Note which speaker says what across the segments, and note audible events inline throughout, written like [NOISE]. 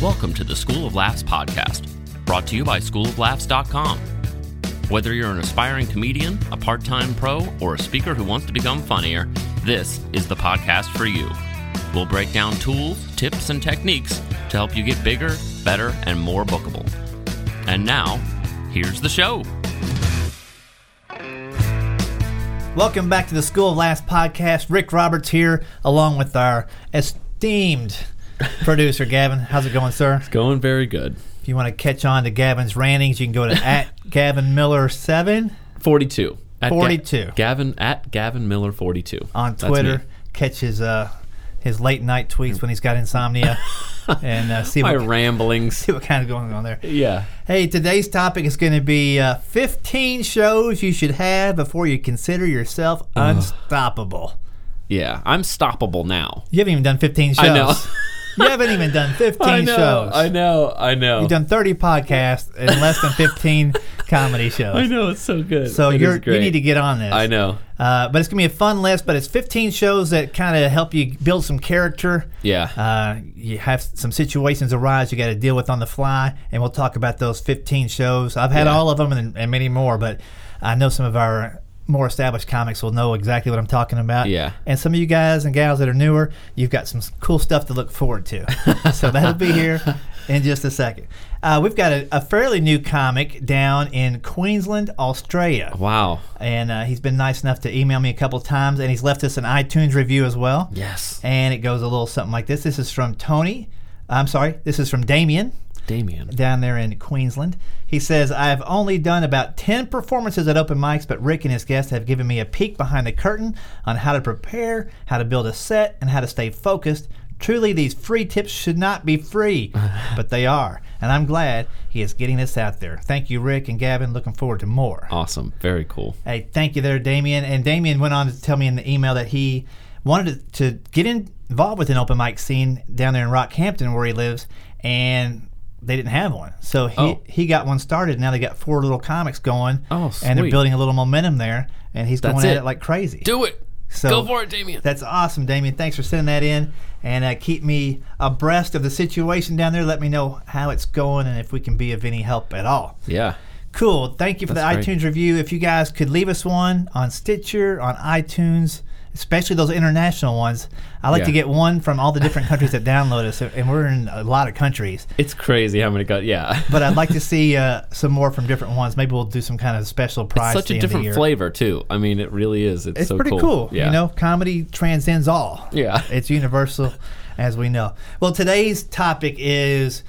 Speaker 1: Welcome to the School of Laughs podcast, brought to you by schooloflaughs.com. Whether you're an aspiring comedian, a part time pro, or a speaker who wants to become funnier, this is the podcast for you. We'll break down tools, tips, and techniques to help you get bigger, better, and more bookable. And now, here's the show.
Speaker 2: Welcome back to the School of Laughs podcast. Rick Roberts here, along with our
Speaker 3: [LAUGHS]
Speaker 2: esteemed producer Gavin. How's it going, sir?
Speaker 3: Going very good.
Speaker 2: If you want to catch on to Gavin's rantings, you
Speaker 3: [LAUGHS]
Speaker 2: can go to at Gavin Miller seven
Speaker 3: 42. At Ga-
Speaker 2: 42.
Speaker 3: Gavin at Gavin Miller 42.
Speaker 2: on
Speaker 3: That's me.
Speaker 2: Twitter. Catch his uh, his late night tweets when he's
Speaker 3: [LAUGHS]
Speaker 2: got insomnia, and uh, see
Speaker 3: My
Speaker 2: what
Speaker 3: ramblings. [LAUGHS]
Speaker 2: see what kind of going on there.
Speaker 3: Yeah.
Speaker 2: Hey, today's topic is going to be uh, 15 shows you should have before you consider yourself unstoppable.
Speaker 3: Yeah. I'm stoppable now.
Speaker 2: You haven't even done 15 shows.
Speaker 3: I know.
Speaker 2: you haven't even done 15
Speaker 3: [LAUGHS] I know.
Speaker 2: shows.
Speaker 3: I know. I know.
Speaker 2: You've done 30 podcasts and less than 15 comedy shows.
Speaker 3: [LAUGHS] I know. It's so good.
Speaker 2: So
Speaker 3: It is
Speaker 2: you're, you
Speaker 3: great.
Speaker 2: need to get on this.
Speaker 3: I know.
Speaker 2: Uh, but it's going to be a fun list, but it's 15 shows that kind of help you build some character.
Speaker 3: Yeah.
Speaker 2: Uh, you have some situations arise you got to deal with on the fly, and we'll talk about those 15 shows. I've had
Speaker 3: Yeah.
Speaker 2: all of them and, and many more, but I know some of our more established comics will know exactly what I'm talking about.
Speaker 3: Yeah.
Speaker 2: And some of you guys and gals that are newer, you've got some s- cool stuff to look forward to.
Speaker 3: [LAUGHS]
Speaker 2: so that'll be here in just a second. Uh, we've got a, a fairly new comic down in Queensland, Australia
Speaker 3: Wow.
Speaker 2: and uh, he's been nice enough to email me a couple times, and he's left us an iTunes review as well.
Speaker 3: Yes.
Speaker 2: And it goes a little something like this. This is from Tony. I'm sorry. This is from Damien
Speaker 3: Damien.
Speaker 2: down there in Queensland. He says, I've only done about 10 performances at open mics, but Rick and his guests have given me a peek behind the curtain on how to prepare, how to build a set, and how to stay focused. Truly, these free tips should not be free, but they are. And I'm glad he is getting this out there. Thank you, Rick and Gavin. Looking forward to more.
Speaker 3: Awesome. Very cool.
Speaker 2: Hey, thank you there, Damien. And Damien went on to tell me in the email that he wanted to, to get in- involved with an open mic scene down there in Rockhampton where he lives, and they didn't have one. So he,
Speaker 3: Oh.
Speaker 2: he got one started. and Now they got four little comics going,
Speaker 3: Oh,
Speaker 2: and they're
Speaker 3: sweet.
Speaker 2: building a little momentum there, and he's
Speaker 3: That's
Speaker 2: going at
Speaker 3: it.
Speaker 2: it like crazy.
Speaker 3: Do it.
Speaker 2: So-
Speaker 3: Go for it, Damien.
Speaker 2: That's awesome, Damien. Thanks for sending that in, and uh, keep me abreast of the situation down there. Let me know how it's going and if we can be of any help at all.
Speaker 3: Yeah.
Speaker 2: Cool. Thank you for
Speaker 3: That's
Speaker 2: the
Speaker 3: great.
Speaker 2: iTunes review. If you guys could leave us one on Stitcher, on iTunes, especially those international ones. I like
Speaker 3: Yeah.
Speaker 2: to get one from all the different countries that download us, and we're in a lot of countries.
Speaker 3: It's crazy how many got. Yeah. [LAUGHS]
Speaker 2: But I'd like to see uh, some more from different ones. Maybe we'll do some kind of special prize. at
Speaker 3: Such
Speaker 2: the
Speaker 3: a
Speaker 2: end of the
Speaker 3: different
Speaker 2: year.
Speaker 3: flavor too. I mean, it really is. It's,
Speaker 2: It's
Speaker 3: so
Speaker 2: pretty cool.
Speaker 3: Yeah.
Speaker 2: You know, comedy transcends all.
Speaker 3: Yeah.
Speaker 2: [LAUGHS] It's universal, as we know. Well, today's topic is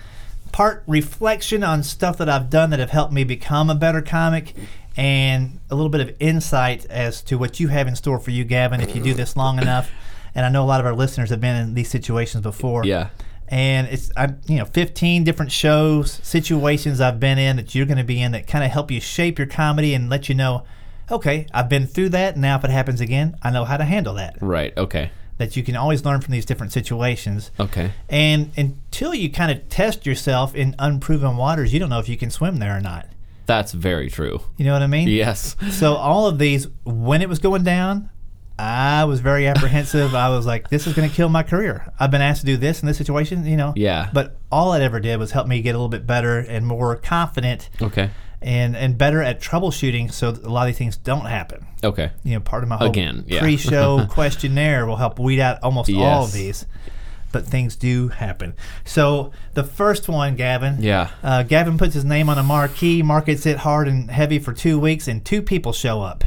Speaker 2: part reflection on stuff that I've done that have helped me become a better comic and a little bit of insight as to what you have in store for you, Gavin, if you do this long enough. And I know a lot of our listeners have been in these situations before.
Speaker 3: Yeah.
Speaker 2: And it's I you know 15 different shows, situations I've been in that you're going to be in that kind of help you shape your comedy and let you know, okay, I've been through that. Now if it happens again, I know how to handle that
Speaker 3: Right. Okay.
Speaker 2: that you can always learn from these different situations.
Speaker 3: Okay.
Speaker 2: And until you kind of test yourself in unproven waters, you don't know if you can swim there or not.
Speaker 3: That's very true.
Speaker 2: You know what I mean?
Speaker 3: Yes. [LAUGHS]
Speaker 2: So all of these, when it was going down, I was very apprehensive. I was like, this is going to kill my career. I've been asked to do this in this situation, you know?
Speaker 3: Yeah.
Speaker 2: But all it ever did was help me get a little bit better and more confident
Speaker 3: Okay.
Speaker 2: and, and better at troubleshooting so that a lot of these things don't happen.
Speaker 3: Okay.
Speaker 2: you know, part of my whole
Speaker 3: Again, yeah. [LAUGHS]
Speaker 2: pre-show questionnaire will help weed out almost all of
Speaker 3: Yes.
Speaker 2: these. But things do happen. So the first one, Gavin.
Speaker 3: Yeah.
Speaker 2: Uh, Gavin puts his name on a marquee, markets it hard and heavy for two weeks, and two people show up.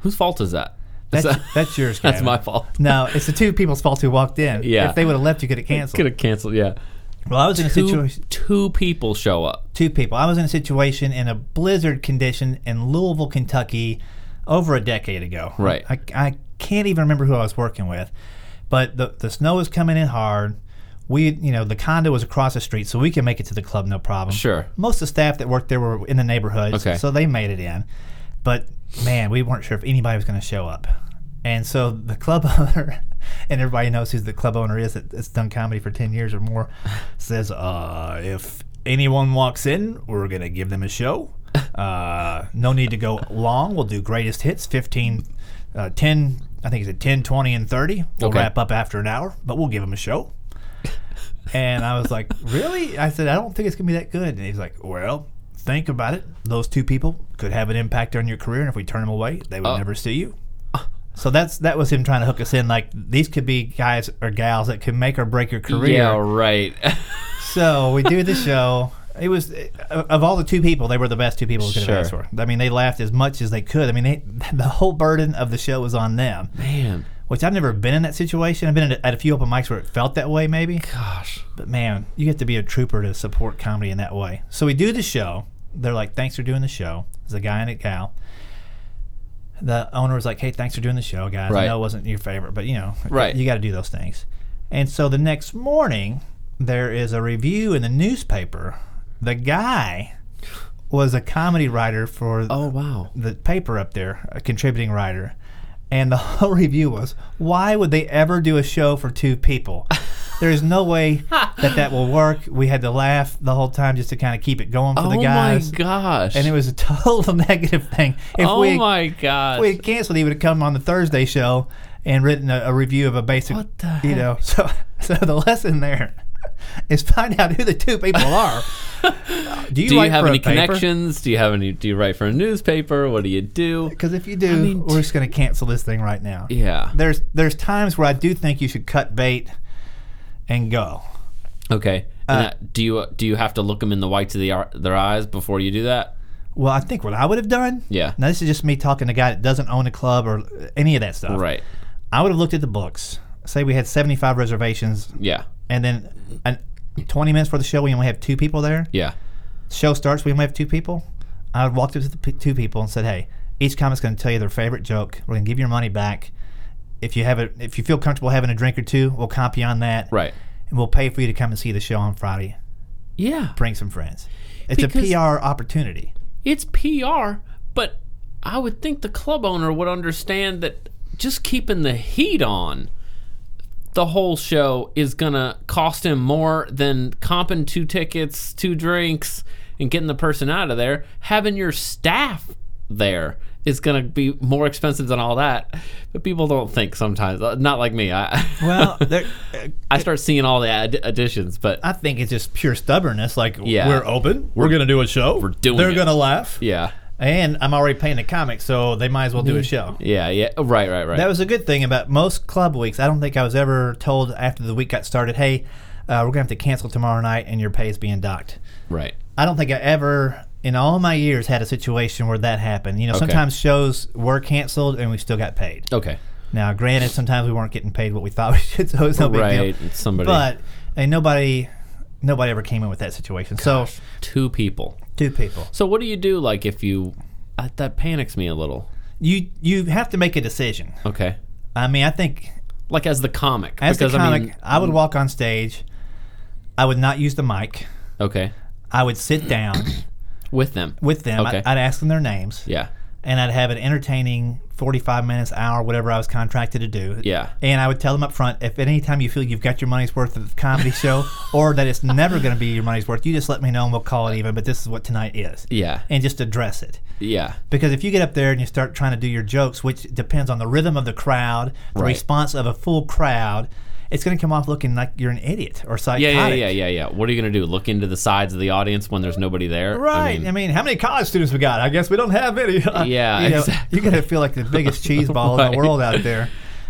Speaker 3: Whose fault is that? Is [LAUGHS]
Speaker 2: That's, [LAUGHS] that's yours,
Speaker 3: That's
Speaker 2: Gavin.
Speaker 3: my fault. [LAUGHS]
Speaker 2: No, it's the two people's fault who walked in.
Speaker 3: Yeah.
Speaker 2: If they would have left, you could have
Speaker 3: Could
Speaker 2: canceled.
Speaker 3: have canceled. Yeah.
Speaker 2: Well, I was in a
Speaker 3: Two,
Speaker 2: situation.
Speaker 3: two people show up.
Speaker 2: two people. I was in a situation in a blizzard condition in Louisville, Kentucky, over a decade ago.
Speaker 3: Right.
Speaker 2: I, I can't even remember who I was working with, but the the snow was coming in hard. We, you know, the condo was across the street, so we could make it to the club no problem.
Speaker 3: Sure.
Speaker 2: Most of the staff that worked there were in the neighborhood,
Speaker 3: Okay.
Speaker 2: so they made it in. But man, we weren't sure if anybody was going to show up, and so the club [LAUGHS] owner. And everybody knows who the club owner is that- that's done comedy for 10 years
Speaker 3: [LAUGHS]
Speaker 2: or more says, uh, if anyone walks in, we're going to give them
Speaker 3: [LAUGHS]
Speaker 2: a show. Uh, no need to go long. We'll do greatest hits 15, uh, 10, I think it's a 10, 20, and 30. We'll
Speaker 3: Okay.
Speaker 2: wrap up after an hour, but we'll give them a show. And I was like, really? I said, I don't think it's gonna be that good. And he's like, well, think about it. Those two people could have an impact on your career, and if we turn them away, they
Speaker 3: Uh.
Speaker 2: would never see you. So that's that was him trying to hook us in. Like these could be guys or gals that could make or break your career.
Speaker 3: Yeah, right. [LAUGHS]
Speaker 2: So we do the show. It was of all the two people, they were the best two people we could have asked
Speaker 3: Sure.
Speaker 2: for. I mean, they laughed as much as they could. I mean, they, the whole burden of the show was on them,
Speaker 3: Man,
Speaker 2: which I've never been in that situation. I've been at a, at a few open mics where it felt that way, maybe.
Speaker 3: gosh.
Speaker 2: But man, you have to be a trooper to support comedy in that way. So we do the show. They're like, "Thanks for doing the show." There's a guy and a gal. The owner was like, "Hey, thanks for doing the show, guys. I
Speaker 3: Right.
Speaker 2: know it wasn't your favorite, but you know,
Speaker 3: Right.
Speaker 2: you got to do those things." And so the next morning, there is a review in the newspaper. The guy was a comedy writer for
Speaker 3: Oh wow.
Speaker 2: the paper up there, a contributing writer, and the [LAUGHS] whole review was, "Why would they ever do a show for two people?
Speaker 3: [LAUGHS]
Speaker 2: There is no way that that will work." We had to laugh the whole time just to kind of keep it going for
Speaker 3: Oh
Speaker 2: the guys,
Speaker 3: my gosh.
Speaker 2: and it was a [LAUGHS] total negative thing. If
Speaker 3: oh
Speaker 2: we
Speaker 3: my gosh.
Speaker 2: if we had canceled, he would have come on the Thursday show and written a, a review of a basic,
Speaker 3: What the
Speaker 2: you know. So, [LAUGHS] so the lesson there [LAUGHS] is find out who the two
Speaker 3: [LAUGHS]
Speaker 2: people are. do you,
Speaker 3: do you
Speaker 2: write
Speaker 3: have
Speaker 2: for a
Speaker 3: any
Speaker 2: paper?
Speaker 3: connections? Do you have any? Do you write for a newspaper? What do you do?
Speaker 2: Because if you do,
Speaker 3: mean,
Speaker 2: we're just going to cancel this thing right now.
Speaker 3: Yeah.
Speaker 2: There's there's times where I do think you should cut bait and go.
Speaker 3: Okay.
Speaker 2: uh,
Speaker 3: And that- do you do you have to look them in the whites of the ar- their eyes before you do that?
Speaker 2: Well, I think what I would have done.
Speaker 3: Yeah.
Speaker 2: Now this is just me talking to a guy that doesn't own a club or any of that stuff.
Speaker 3: Right.
Speaker 2: I would have looked at the books. Say we had 75 reservations,
Speaker 3: Yeah.
Speaker 2: and then an, 20 minutes for the show, we only have two people there.
Speaker 3: Yeah.
Speaker 2: Show starts, we only have two people. I would walked up to the p- two people and said, "Hey, each comic's going to tell you their favorite joke. We're going to give your money back. If you have it, if you feel comfortable having a drink or two, we'll comp you on that.
Speaker 3: Right.
Speaker 2: And we'll pay for you to come and see the show on Friday.
Speaker 3: Yeah.
Speaker 2: bring some friends. It's
Speaker 3: Because-
Speaker 2: a PR opportunity.
Speaker 3: It's PR, but I would think the club owner would understand that just keeping the heat on the whole show is gonna cost him more than comping two tickets, two drinks, and getting the person out of there. Having your staff there is gonna be more expensive than all that. But people don't think sometimes. Uh, Not like me. I [LAUGHS]
Speaker 2: Well, [LAUGHS] there, uh,
Speaker 3: I start seeing all the ad- additions, but
Speaker 2: I think it's just pure stubbornness. Like
Speaker 3: Yeah.
Speaker 2: we're open, we're, gonna do a show. We're
Speaker 3: doing
Speaker 2: They're
Speaker 3: it.
Speaker 2: gonna laugh,
Speaker 3: yeah,
Speaker 2: and I'm already paying the comic, so they might as well do a show.
Speaker 3: yeah, yeah. Right, right, right.
Speaker 2: That was a good thing about most club weeks. I don't think I was ever told after the week got started, "Hey, uh, we're gonna have to cancel tomorrow night, and your pay is being docked."
Speaker 3: right.
Speaker 2: I don't think I ever. In all my years, had a situation where that happened. You know, sometimes shows were canceled and we still got paid.
Speaker 3: Okay.
Speaker 2: Now, granted, sometimes we weren't getting paid what we thought [LAUGHS] we should, so it's no big
Speaker 3: Right.
Speaker 2: deal.
Speaker 3: Somebody.
Speaker 2: But and nobody, nobody ever came in with that situation. So
Speaker 3: two people.
Speaker 2: two people.
Speaker 3: So what do you do? Like if you that, that panics me a little.
Speaker 2: You you have to make a decision.
Speaker 3: Okay.
Speaker 2: I mean, I think
Speaker 3: Like as the comic.
Speaker 2: as a comic, I,
Speaker 3: I mean, mm.
Speaker 2: would walk on stage. I would not use the mic.
Speaker 3: okay.
Speaker 2: I would
Speaker 3: [COUGHS]
Speaker 2: sit down
Speaker 3: With them.
Speaker 2: with them.
Speaker 3: Okay.
Speaker 2: I, I'd ask them their names,
Speaker 3: yeah.
Speaker 2: and I'd have an entertaining forty-five minutes, hour, whatever I was contracted to do.
Speaker 3: Yeah.
Speaker 2: And I would tell them up front if at any time you feel you've got your money's worth of the comedy show or that it's never going to be your money's worth, you just let me know and we'll call it even. But this is what tonight is.
Speaker 3: Yeah.
Speaker 2: And just address it.
Speaker 3: Yeah.
Speaker 2: Because if you get up there and you start trying to do your jokes, which depends on the rhythm of the crowd, the
Speaker 3: Right.
Speaker 2: response of a full crowd, it's going to come off looking like you're an idiot or
Speaker 3: Yeah,
Speaker 2: psychotic.
Speaker 3: yeah, yeah, yeah, yeah. What are you gonna do? Look into the sides of the audience when there's nobody there?
Speaker 2: Right. I mean, how many college students we got? I guess we don't have any. [LAUGHS]
Speaker 3: Yeah,
Speaker 2: you know,
Speaker 3: exactly.
Speaker 2: You're going to feel like
Speaker 3: [LAUGHS]
Speaker 2: the biggest cheese ball in
Speaker 3: Right.
Speaker 2: the world
Speaker 3: [LAUGHS]
Speaker 2: out there.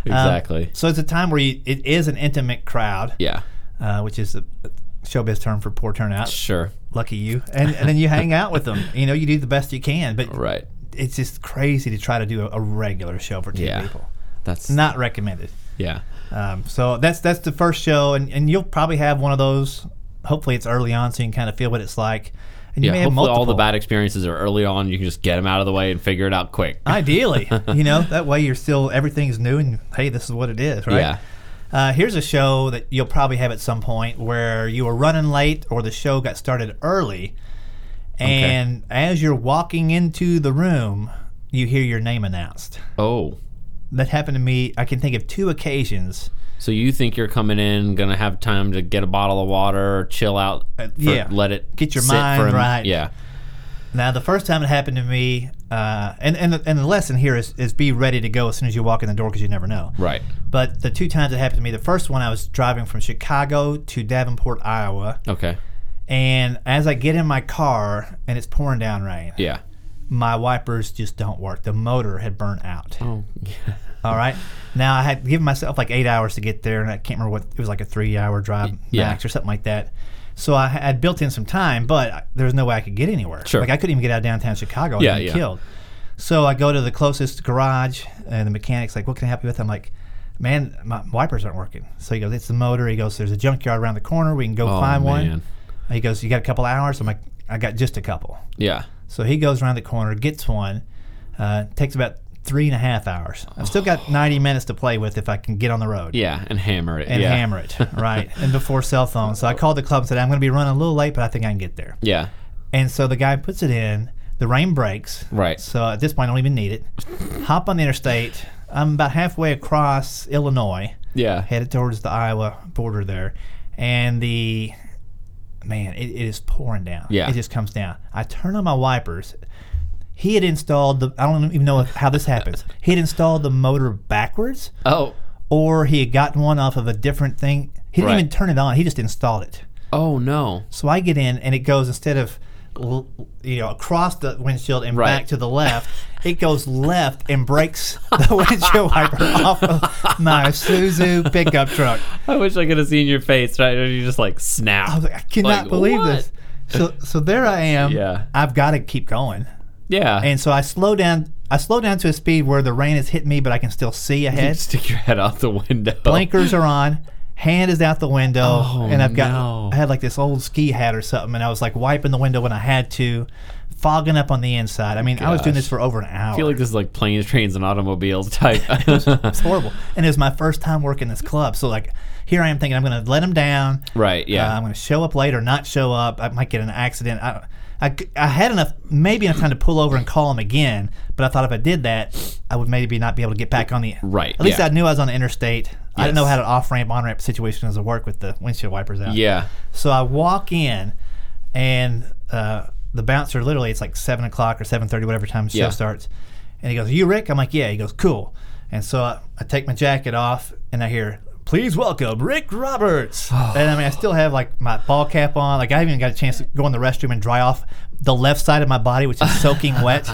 Speaker 2: Um,
Speaker 3: Exactly.
Speaker 2: so it's a time where you, it is an intimate crowd.
Speaker 3: yeah.
Speaker 2: uh, which is a showbiz term for poor turnout.
Speaker 3: Sure.
Speaker 2: Lucky you. And, and then you hang out with them. You know, you do the best you can, but
Speaker 3: Right.
Speaker 2: it's just crazy to try to do a, a regular show for two
Speaker 3: Yeah.
Speaker 2: people.
Speaker 3: That's
Speaker 2: Not recommended.
Speaker 3: yeah.
Speaker 2: Um, so that's that's the first show, and, and you'll probably have one of those. Hopefully, it's early on so you can kind of feel what it's like. And you
Speaker 3: Yeah.
Speaker 2: may
Speaker 3: Hopefully
Speaker 2: have
Speaker 3: all the
Speaker 2: multiple.
Speaker 3: bad experiences are early on. You can just get them out of the way and figure it out quick.
Speaker 2: Ideally, [LAUGHS] you know, that way you're still, everything's new and hey, this is what it is, right?
Speaker 3: Yeah.
Speaker 2: Uh, here's a show that you'll probably have at some point where you were running late or the show got started early. And as you're walking into the room, you hear your name announced.
Speaker 3: Oh.
Speaker 2: That happened to me. I can think of two occasions.
Speaker 3: So you think you're coming in, gonna have time to get a bottle of water, chill out, for-
Speaker 2: Uh, yeah.
Speaker 3: let it
Speaker 2: Get your
Speaker 3: sit for
Speaker 2: mind
Speaker 3: a m-
Speaker 2: right.
Speaker 3: Yeah,
Speaker 2: Now, the first time it happened to me, uh, and and the, and the lesson here is, is be ready to go as soon as you walk in the door because you never know.
Speaker 3: Right.
Speaker 2: But the two times it happened to me, the first one I was driving from Chicago to Davenport, Iowa,
Speaker 3: Okay.
Speaker 2: and as I get in my car and it's pouring down rain,
Speaker 3: Yeah.
Speaker 2: my wipers just don't work. The motor had burnt out.
Speaker 3: Oh. Yeah.
Speaker 2: All right. Now I had given myself like eight hours to get there, and I can't remember what it was like a three-hour drive
Speaker 3: yeah.
Speaker 2: max or something like that. So I had built in some time, but I- there was no way I could get anywhere.
Speaker 3: Sure.
Speaker 2: Like I couldn't even get out of downtown Chicago. I'd
Speaker 3: Yeah,
Speaker 2: been
Speaker 3: yeah.
Speaker 2: Killed. So I go to the closest garage, and the mechanic's like, "What can I help you with?" I'm like, "Man, my wipers aren't working." So he goes, "It's the motor." He goes, "There's a junkyard around the corner. We can go
Speaker 3: Oh, man.
Speaker 2: find one." He goes, "You got a couple hours?" I'm like, "I got just a couple."
Speaker 3: Yeah.
Speaker 2: So he goes around the corner, gets one. Uh, takes about three and a half hours. I've still got 90 minutes to play with if I can get on the road
Speaker 3: Oh. Yeah. And hammer it.
Speaker 2: and
Speaker 3: yeah. [LAUGHS]
Speaker 2: hammer it, right? and before cell phones. So I called the club and said, I'm going to be running a little late, but I think I can get there.
Speaker 3: Yeah.
Speaker 2: And so the guy puts it in. The rain breaks.
Speaker 3: Right.
Speaker 2: So at this point, I don't even need it. Hop on the interstate. I'm about halfway across Illinois,
Speaker 3: Yeah.
Speaker 2: headed towards the Iowa border there. And the man, it, it is pouring down.
Speaker 3: Yeah.
Speaker 2: It just comes down. I turn on my wipers. He had installed the, I don't even know how this
Speaker 3: [LAUGHS]
Speaker 2: happens. He had installed the motor backwards
Speaker 3: Oh.
Speaker 2: or he had gotten one off of a different thing. He didn't
Speaker 3: Right.
Speaker 2: even turn it on. He just installed it.
Speaker 3: Oh no.
Speaker 2: So I get in, and it goes instead of l- you know across the windshield and
Speaker 3: Right.
Speaker 2: back to the left, it goes left and breaks [LAUGHS] the windshield wiper off of my Suzu pickup truck.
Speaker 3: I wish I could have seen your face. Right? You just like snap.
Speaker 2: I was like, I cannot
Speaker 3: Like,
Speaker 2: believe
Speaker 3: what?
Speaker 2: this.
Speaker 3: [LAUGHS]
Speaker 2: So so there I am.
Speaker 3: Yeah.
Speaker 2: I've got to keep going,
Speaker 3: Yeah.
Speaker 2: and so I slow down. I slow down to a speed where the rain is hitting me, but I can still
Speaker 3: [LAUGHS]
Speaker 2: see
Speaker 3: You
Speaker 2: ahead.
Speaker 3: stick your head out the window.
Speaker 2: blinkers are on hand is out the window
Speaker 3: Oh,
Speaker 2: and i've got
Speaker 3: no.
Speaker 2: i had like this old ski hat or something and i was like wiping the window when i had to fogging up on the inside i mean i was doing this for over an hour
Speaker 3: I feel like this is like planes, trains, and automobiles
Speaker 2: [LAUGHS]
Speaker 3: type. [LAUGHS]
Speaker 2: it's horrible and it was my first time working this club so like here i am thinking i'm gonna let him down
Speaker 3: right.
Speaker 2: uh,
Speaker 3: Yeah.
Speaker 2: i'm gonna show up late or not show up i might get in an accident i I, c- I had enough, maybe enough time to pull over and call him again, but I thought if I did that, I would maybe not be able to get back on the
Speaker 3: Right,
Speaker 2: At least
Speaker 3: yeah.
Speaker 2: I knew I was on the interstate. I didn't know
Speaker 3: Yes.
Speaker 2: how to off ramp, on ramp situation was to work with the windshield wipers out.
Speaker 3: yeah.
Speaker 2: So I walk in, and uh, the bouncer literally it's like seven o'clock or seven thirty, whatever time the show
Speaker 3: Yeah.
Speaker 2: starts. And he goes, "You Rick?" I'm like, "Yeah." He goes, "Cool." And so I, I take my jacket off, and I hear, "Please welcome
Speaker 3: [SIGHS]
Speaker 2: Rick Roberts." and I mean, I still have like my ball cap on. Like I haven't even got a chance to go in the restroom and dry off the left side of my body, which is soaking
Speaker 3: [LAUGHS]
Speaker 2: wet.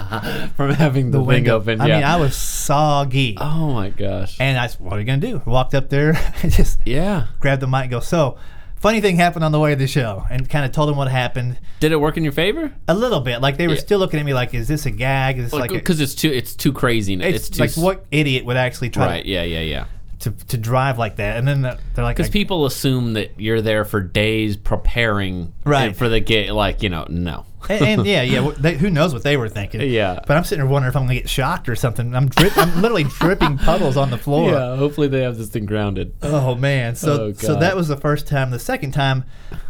Speaker 3: From having the, wing open.
Speaker 2: I
Speaker 3: yeah.
Speaker 2: mean, I was soggy.
Speaker 3: oh my gosh.
Speaker 2: And I, s- what are you gonna do? Walked up there, [LAUGHS] and just
Speaker 3: yeah.
Speaker 2: grabbed the mic and go, So, funny thing happened on the way to the show, and kind of told them what happened
Speaker 3: Did it work in your favor?
Speaker 2: a little bit. Like, they were still looking at me like, Is this a gag? Is this like, a,
Speaker 3: Because it's too it's too crazy. now. It's,
Speaker 2: it's
Speaker 3: too
Speaker 2: like
Speaker 3: s-
Speaker 2: what idiot would actually try
Speaker 3: Right. Yeah. Yeah. Yeah.
Speaker 2: to, to drive like that? And then the- they're like,
Speaker 3: Because
Speaker 2: I-
Speaker 3: people assume that you're there for days preparing
Speaker 2: Right.
Speaker 3: and for the gate. Like you know, no.
Speaker 2: and, and
Speaker 3: [LAUGHS]
Speaker 2: yeah, yeah. wh- They, who knows what they were thinking?
Speaker 3: Yeah.
Speaker 2: But I'm sitting there wondering if I'm gonna get shocked or something. I'm drip, I'm literally dripping puddles on the floor.
Speaker 3: Yeah. Hopefully they have this thing grounded.
Speaker 2: Oh man! So
Speaker 3: Oh,
Speaker 2: so
Speaker 3: God.
Speaker 2: that was the first time. The second time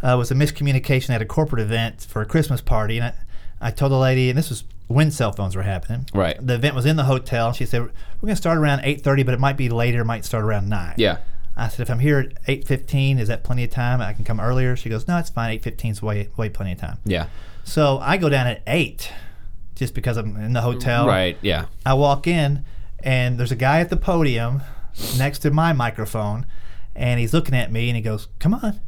Speaker 2: uh, was a miscommunication at a corporate event for a Christmas party, and I, I told the lady, and this was when cell phones were happening.
Speaker 3: Right.
Speaker 2: The event was in the hotel, and she said, "We're going to start around eight thirty, but it might be later. It might start around 9.
Speaker 3: Yeah.
Speaker 2: I said, "If I'm here at eight fifteen, is that plenty of time? I can come earlier." She goes, "No, it's fine. Eight fifteen's way way plenty of time."
Speaker 3: Yeah.
Speaker 2: So I go down at eight, just because I'm in the hotel.
Speaker 3: Right. Yeah.
Speaker 2: I walk in, and there's a guy at the podium next to my microphone, and he's looking at me, and he goes, "Come on,"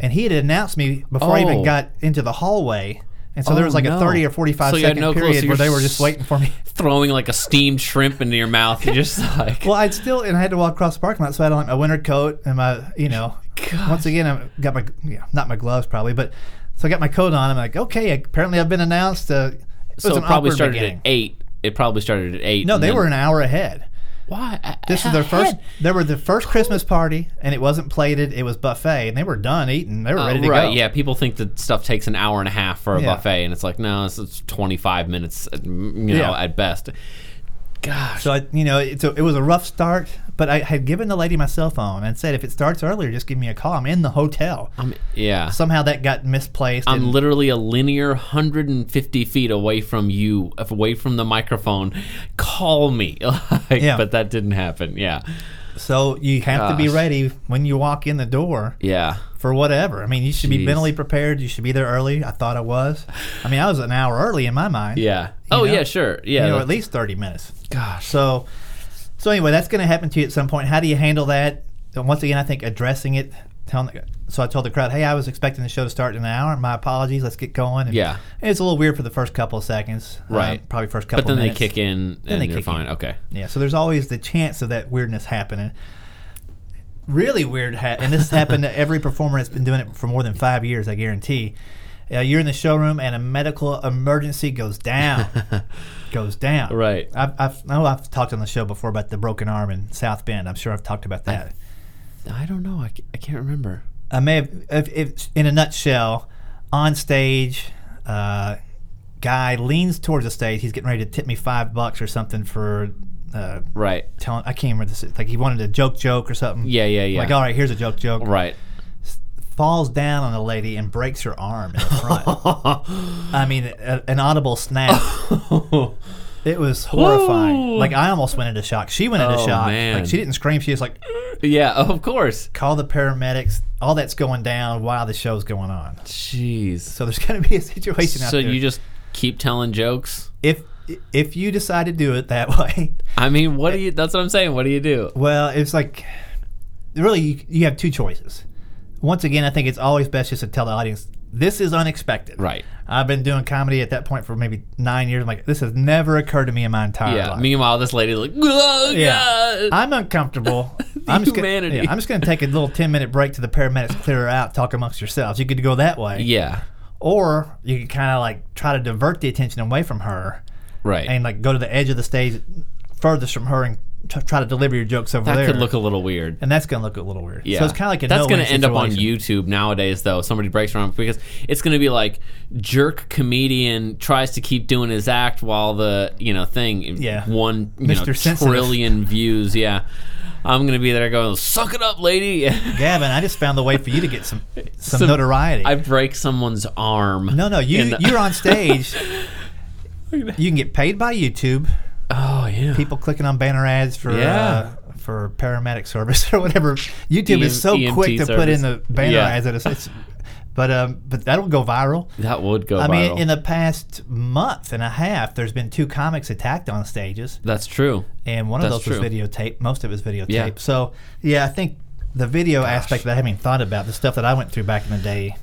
Speaker 2: and he had announced me before I even
Speaker 3: Oh.
Speaker 2: got into the hallway, and so there
Speaker 3: Oh,
Speaker 2: was like
Speaker 3: no.
Speaker 2: a thirty or forty-five
Speaker 3: So
Speaker 2: second
Speaker 3: you had no clue,
Speaker 2: period
Speaker 3: so
Speaker 2: where
Speaker 3: you're
Speaker 2: they were just
Speaker 3: s- [LAUGHS]
Speaker 2: waiting for me.
Speaker 3: Throwing like a steamed shrimp into your mouth. You're just [LAUGHS] like.
Speaker 2: Well, I'd still and I had to walk across the parking lot, so I had on like my winter coat and my, you know,
Speaker 3: Gosh.
Speaker 2: once again I got my, yeah, not my gloves probably, but so I got my coat on. I'm like, okay, apparently I've been announced. Uh, it was
Speaker 3: so
Speaker 2: an
Speaker 3: it probably
Speaker 2: awkward
Speaker 3: started
Speaker 2: beginning.
Speaker 3: at eight. It probably started at eight.
Speaker 2: No,
Speaker 3: and
Speaker 2: they
Speaker 3: then-
Speaker 2: were an hour ahead.
Speaker 3: Why? I-
Speaker 2: This
Speaker 3: I-
Speaker 2: is their
Speaker 3: I
Speaker 2: first.
Speaker 3: had-
Speaker 2: They were the first Christmas party, and it wasn't plated. It was buffet, and they were done eating. They were ready to
Speaker 3: Oh, right,
Speaker 2: go.
Speaker 3: yeah. People think that stuff takes an hour and a half for a
Speaker 2: Yeah.
Speaker 3: buffet, and it's like, no, it's, it's 25 minutes, at- you know,
Speaker 2: Yeah.
Speaker 3: at best. Gosh.
Speaker 2: So I, you know, it's a, it was a rough start. But I had given the lady my cell phone and said, if it starts earlier, just give me a call. I'm in the hotel.
Speaker 3: I'm, yeah.
Speaker 2: Somehow that got misplaced.
Speaker 3: I'm
Speaker 2: and-
Speaker 3: literally a linear 150 feet away from you, away from the microphone. Call me. [LAUGHS] Like,
Speaker 2: Yeah.
Speaker 3: But that didn't happen. Yeah.
Speaker 2: So you have to be
Speaker 3: Gosh.
Speaker 2: ready when you walk in the door
Speaker 3: Yeah.
Speaker 2: for whatever. I mean, you should
Speaker 3: Jeez.
Speaker 2: be mentally prepared. You should be there early. I thought I was. I mean, I was an hour early in my mind.
Speaker 3: Yeah. oh
Speaker 2: know?
Speaker 3: yeah, sure. Yeah.
Speaker 2: you know,
Speaker 3: that-
Speaker 2: at least thirty minutes.
Speaker 3: gosh.
Speaker 2: So, so anyway, that's going to happen to you at some point. How do you handle that? And once again, I think addressing it. Telling the, so I told the crowd, "Hey, I was expecting the show to start in an hour. My apologies. Let's get going." And
Speaker 3: Yeah.
Speaker 2: it's a little weird for the first couple of seconds, uh,
Speaker 3: Right.
Speaker 2: probably first couple.
Speaker 3: But then
Speaker 2: minutes.
Speaker 3: they kick in and
Speaker 2: they
Speaker 3: you're
Speaker 2: kick
Speaker 3: fine.
Speaker 2: in.
Speaker 3: Okay.
Speaker 2: Yeah, so there's always the chance of that weirdness happening. Really weird, ha- and this happened to every performer that's been doing it for more than five years, I guarantee. Uh, you're in the showroom and a medical emergency goes down. goes down.
Speaker 3: Right.
Speaker 2: I've, I've, I know I've talked on the show before about the broken arm in South Bend. I'm sure I've talked about that.
Speaker 3: I don't know. I, ca- I can't remember.
Speaker 2: I may have, if, if, in a nutshell, on stage, uh, guy leans towards the stage. He's getting ready to tip me five bucks or something for uh,
Speaker 3: Right.
Speaker 2: telling I can't remember this like he wanted a joke joke or something.
Speaker 3: Yeah, yeah, yeah.
Speaker 2: Like, all right, here's a joke joke.
Speaker 3: Right.
Speaker 2: Falls down on a lady and breaks her arm in the front.
Speaker 3: [LAUGHS]
Speaker 2: I mean, a, an audible snap. it was horrifying.
Speaker 3: Whoa.
Speaker 2: Like I almost went into shock. She went into
Speaker 3: Oh,
Speaker 2: shock.
Speaker 3: man.
Speaker 2: Like she didn't scream. She was like,
Speaker 3: yeah, [LAUGHS] of course.
Speaker 2: call the paramedics. All that's going down while the show's going on.
Speaker 3: Jeez.
Speaker 2: So there's going to be a situation out
Speaker 3: so
Speaker 2: there.
Speaker 3: you just keep telling jokes?
Speaker 2: if if you decide to do it that [LAUGHS] way,
Speaker 3: I mean, what do you That's what I'm saying. What do you do?
Speaker 2: Well, it's like really you, you have two choices. Once again, I think it's always best just to tell the audience this is unexpected.
Speaker 3: Right.
Speaker 2: I've been doing comedy at that point for maybe nine years. I'm like, this has never occurred to me in my entire
Speaker 3: Yeah.
Speaker 2: life.
Speaker 3: Meanwhile, this lady's like, [LAUGHS] oh,
Speaker 2: yeah.
Speaker 3: God. [LAUGHS]
Speaker 2: I'm uncomfortable. I'm just gonna,
Speaker 3: humanity.
Speaker 2: yeah, I'm just going to take a little 10 minute break to the paramedics clear her out, talk amongst yourselves. You could go that way.
Speaker 3: yeah.
Speaker 2: Or you could kind of like try to divert the attention away from her
Speaker 3: Right.
Speaker 2: and like go to the edge of the stage furthest from her and t- try to deliver your jokes over
Speaker 3: that
Speaker 2: there.
Speaker 3: could look a little weird.
Speaker 2: and that's going to look a little weird.
Speaker 3: Yeah.
Speaker 2: So it's kind of like a
Speaker 3: that's
Speaker 2: no-win
Speaker 3: going to end up on
Speaker 2: situation.
Speaker 3: YouTube nowadays, though. Somebody breaks around because it's going to be like jerk comedian tries to keep doing his act while the you know thing
Speaker 2: Yeah.
Speaker 3: one you know,
Speaker 2: Mr. Sensitive.
Speaker 3: trillion views. Yeah, I'm going to be there going, suck it up, lady. [LAUGHS]
Speaker 2: Gavin, I just found the way for you to get some some,
Speaker 3: Some- uh,
Speaker 2: notoriety.
Speaker 3: I break someone's arm.
Speaker 2: no, no, you
Speaker 3: in the-
Speaker 2: you're
Speaker 3: [LAUGHS]
Speaker 2: on stage. you can get paid by YouTube.
Speaker 3: Oh yeah.
Speaker 2: People clicking on banner ads for
Speaker 3: Yeah.
Speaker 2: uh, for paramedic service [LAUGHS] or whatever. YouTube is so
Speaker 3: EM-
Speaker 2: quick to put in the
Speaker 3: E service.
Speaker 2: banner
Speaker 3: Yeah.
Speaker 2: ads that it's, it's but um, but that'll go viral.
Speaker 3: that would go
Speaker 2: I
Speaker 3: viral.
Speaker 2: mean, in the past month and a half, there's been two comics attacked on stages.
Speaker 3: that's true.
Speaker 2: and one
Speaker 3: That's
Speaker 2: of those
Speaker 3: true.
Speaker 2: was videotaped. Most of it was videotaped.
Speaker 3: Yeah.
Speaker 2: So yeah, I think the video aspect that I haven't even thought about the stuff that I went through back in the day.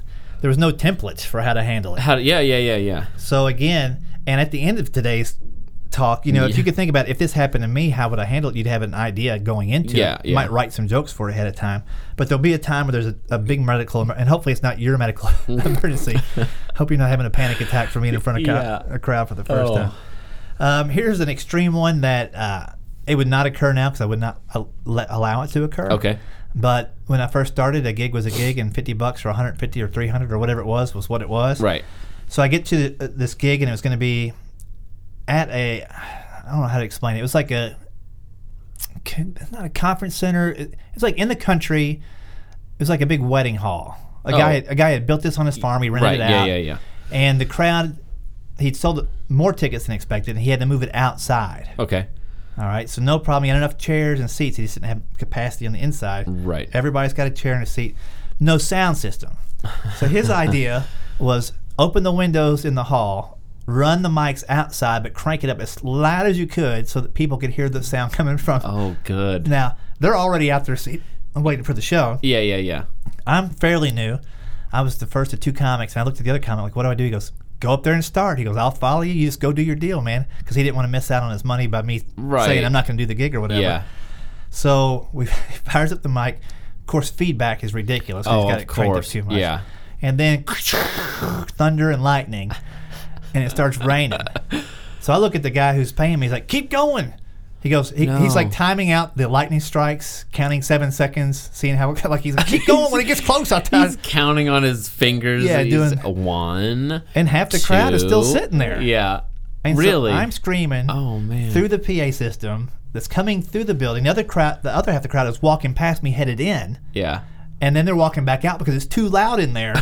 Speaker 2: There was no templates for how to handle it.
Speaker 3: How? Yeah, yeah, yeah, yeah.
Speaker 2: So again, and at the end of today's talk, you know, if
Speaker 3: Yeah.
Speaker 2: you could think about if this happened to me, how would I handle it? You'd have an idea going into
Speaker 3: Yeah,
Speaker 2: it.
Speaker 3: yeah.
Speaker 2: You might write some jokes for it ahead of time. But there'll be a time where there's a, a big medical, emer- and hopefully it's not your medical [LAUGHS]
Speaker 3: [LAUGHS]
Speaker 2: emergency. Hope you're not having a panic attack from being in front of co-
Speaker 3: Yeah.
Speaker 2: a crowd for the first
Speaker 3: Oh.
Speaker 2: time. Um, here's an extreme one that uh, it would not occur now because I would not al- let, allow it to occur.
Speaker 3: Okay.
Speaker 2: But when I first started, a gig was a gig, and 50 bucks or 150 or 300 or whatever it was was what it was.
Speaker 3: Right.
Speaker 2: So I get to uh, this gig and it was going to be at a I don't know how to explain it. It was like a con- it's not a conference center. It- It's like in the country. It was like a big wedding hall. A
Speaker 3: Oh.
Speaker 2: guy a guy had built this on his farm. He rented
Speaker 3: Right.
Speaker 2: it
Speaker 3: Yeah,
Speaker 2: out.
Speaker 3: yeah, yeah.
Speaker 2: And the crowd he'd sold more tickets than expected and he had to move it outside.
Speaker 3: Okay.
Speaker 2: All right. So no problem. He had enough chairs and seats. He just didn't have capacity on the inside.
Speaker 3: Right.
Speaker 2: Everybody's got a chair and a seat. No sound system.
Speaker 3: [LAUGHS]
Speaker 2: So his idea was open the windows in the hall, run the mics outside, but crank it up as loud as you could so that people could hear the sound coming from.
Speaker 3: Oh, good.
Speaker 2: Now they're already out their seat. I'm waiting for the show.
Speaker 3: Yeah, yeah, yeah.
Speaker 2: I'm fairly new. I was the first of two comics, and I looked at the other comic like, "What do I do?" He goes, "Go up there and start." He goes, "I'll follow you. You just go do your deal, man," because he didn't want to miss out on his money by me
Speaker 3: Right.
Speaker 2: saying I'm not going to do the gig or whatever.
Speaker 3: Yeah.
Speaker 2: So we [LAUGHS] he fires up the mic. Of course, feedback is ridiculous.
Speaker 3: Oh,
Speaker 2: he's got
Speaker 3: of
Speaker 2: it cranked
Speaker 3: course.
Speaker 2: up too much.
Speaker 3: Yeah.
Speaker 2: And then [LAUGHS] thunder and lightning, and it starts raining. so I look at the guy who's paying me. He's like, "Keep going." He goes. He,
Speaker 3: No.
Speaker 2: He's like timing out the lightning strikes, counting seven seconds, seeing how like he's like, "Keep going." when it
Speaker 3: [LAUGHS]
Speaker 2: gets close, I'll tell.
Speaker 3: He's counting on his fingers.
Speaker 2: Yeah,
Speaker 3: He's
Speaker 2: doing-
Speaker 3: one.
Speaker 2: And half the crowd is still
Speaker 3: two.
Speaker 2: sitting there.
Speaker 3: Yeah.
Speaker 2: And so
Speaker 3: really?
Speaker 2: I'm screaming.
Speaker 3: oh man.
Speaker 2: through the PA system that's coming through the building. The other crowd, the other half of the crowd is walking past me, headed in,
Speaker 3: yeah.
Speaker 2: and then they're walking back out because it's too loud in there.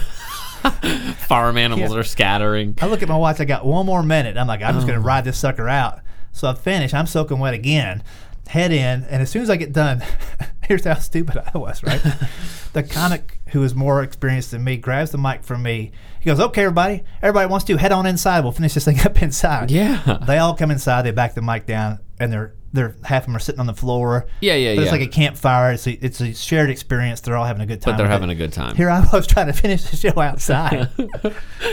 Speaker 3: Farm animals are scattering.
Speaker 2: I look at my watch.
Speaker 3: Oh.
Speaker 2: I got one more minute. I'm like, I'm just gonna ride this sucker out. So I finish. I'm soaking wet again. head in, and as soon as I get done, [LAUGHS] here's how stupid I
Speaker 3: [LAUGHS]
Speaker 2: was, right? the comic who is more experienced than me grabs the mic from me. He goes, "Okay, everybody, everybody wants to head on inside. We'll finish this thing up [LAUGHS] inside."
Speaker 3: Yeah.
Speaker 2: They all come inside. They back the mic down, and they're they're half of them are sitting on the floor.
Speaker 3: Yeah, yeah,
Speaker 2: but It's
Speaker 3: yeah.
Speaker 2: like a campfire. It's a, it's a shared experience. They're all having a good time.
Speaker 3: But they're
Speaker 2: with
Speaker 3: having
Speaker 2: it.
Speaker 3: a good time.
Speaker 2: Here I was trying to finish the
Speaker 3: [LAUGHS]
Speaker 2: show outside,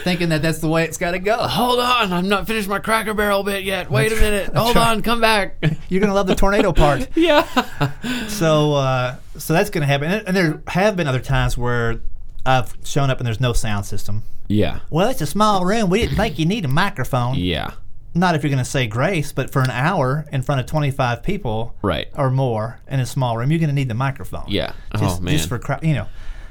Speaker 2: thinking that that's the way it's got to go.
Speaker 3: Hold on, I'm not finished my Cracker Barrel bit yet. Wait a minute. Hold
Speaker 2: right.
Speaker 3: on, come
Speaker 2: [LAUGHS]
Speaker 3: back.
Speaker 2: You're gonna love the tornado part.
Speaker 3: yeah.
Speaker 2: So, uh, so that's gonna happen. And, and there have been other times where I've shown up and there's no sound system.
Speaker 3: Yeah.
Speaker 2: Well, it's a small room. We didn't think you need a microphone.
Speaker 3: Yeah.
Speaker 2: Not if you're gonna say grace, but for an hour in front of 25 people,
Speaker 3: Right.
Speaker 2: or more in a small room, you're gonna need the microphone.
Speaker 3: Yeah. oh
Speaker 2: Just,
Speaker 3: man.
Speaker 2: just for crowd, you know.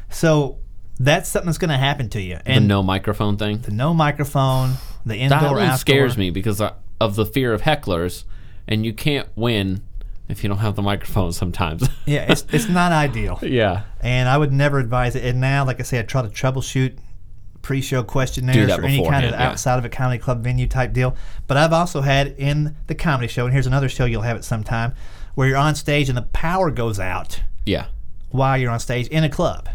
Speaker 2: So that's something that's gonna happen to you.
Speaker 3: the
Speaker 2: And
Speaker 3: no microphone thing.
Speaker 2: the no microphone, the indoor
Speaker 3: That one
Speaker 2: outdoor.
Speaker 3: scares me because I, of the fear of hecklers, and you can't win if you don't have the microphone sometimes. [LAUGHS]
Speaker 2: Yeah, it's it's not ideal.
Speaker 3: yeah.
Speaker 2: and I would never advise it. And now, like I say, I try to troubleshoot pre-show
Speaker 3: Do
Speaker 2: questionnaires
Speaker 3: that
Speaker 2: or any kind of
Speaker 3: beforehand, yeah.
Speaker 2: outside of a comedy club venue type deal. But I've also had in the comedy show, and here's another show you'll have it sometime, where you're on stage and the power goes out
Speaker 3: Yeah.
Speaker 2: while you're on stage in a club,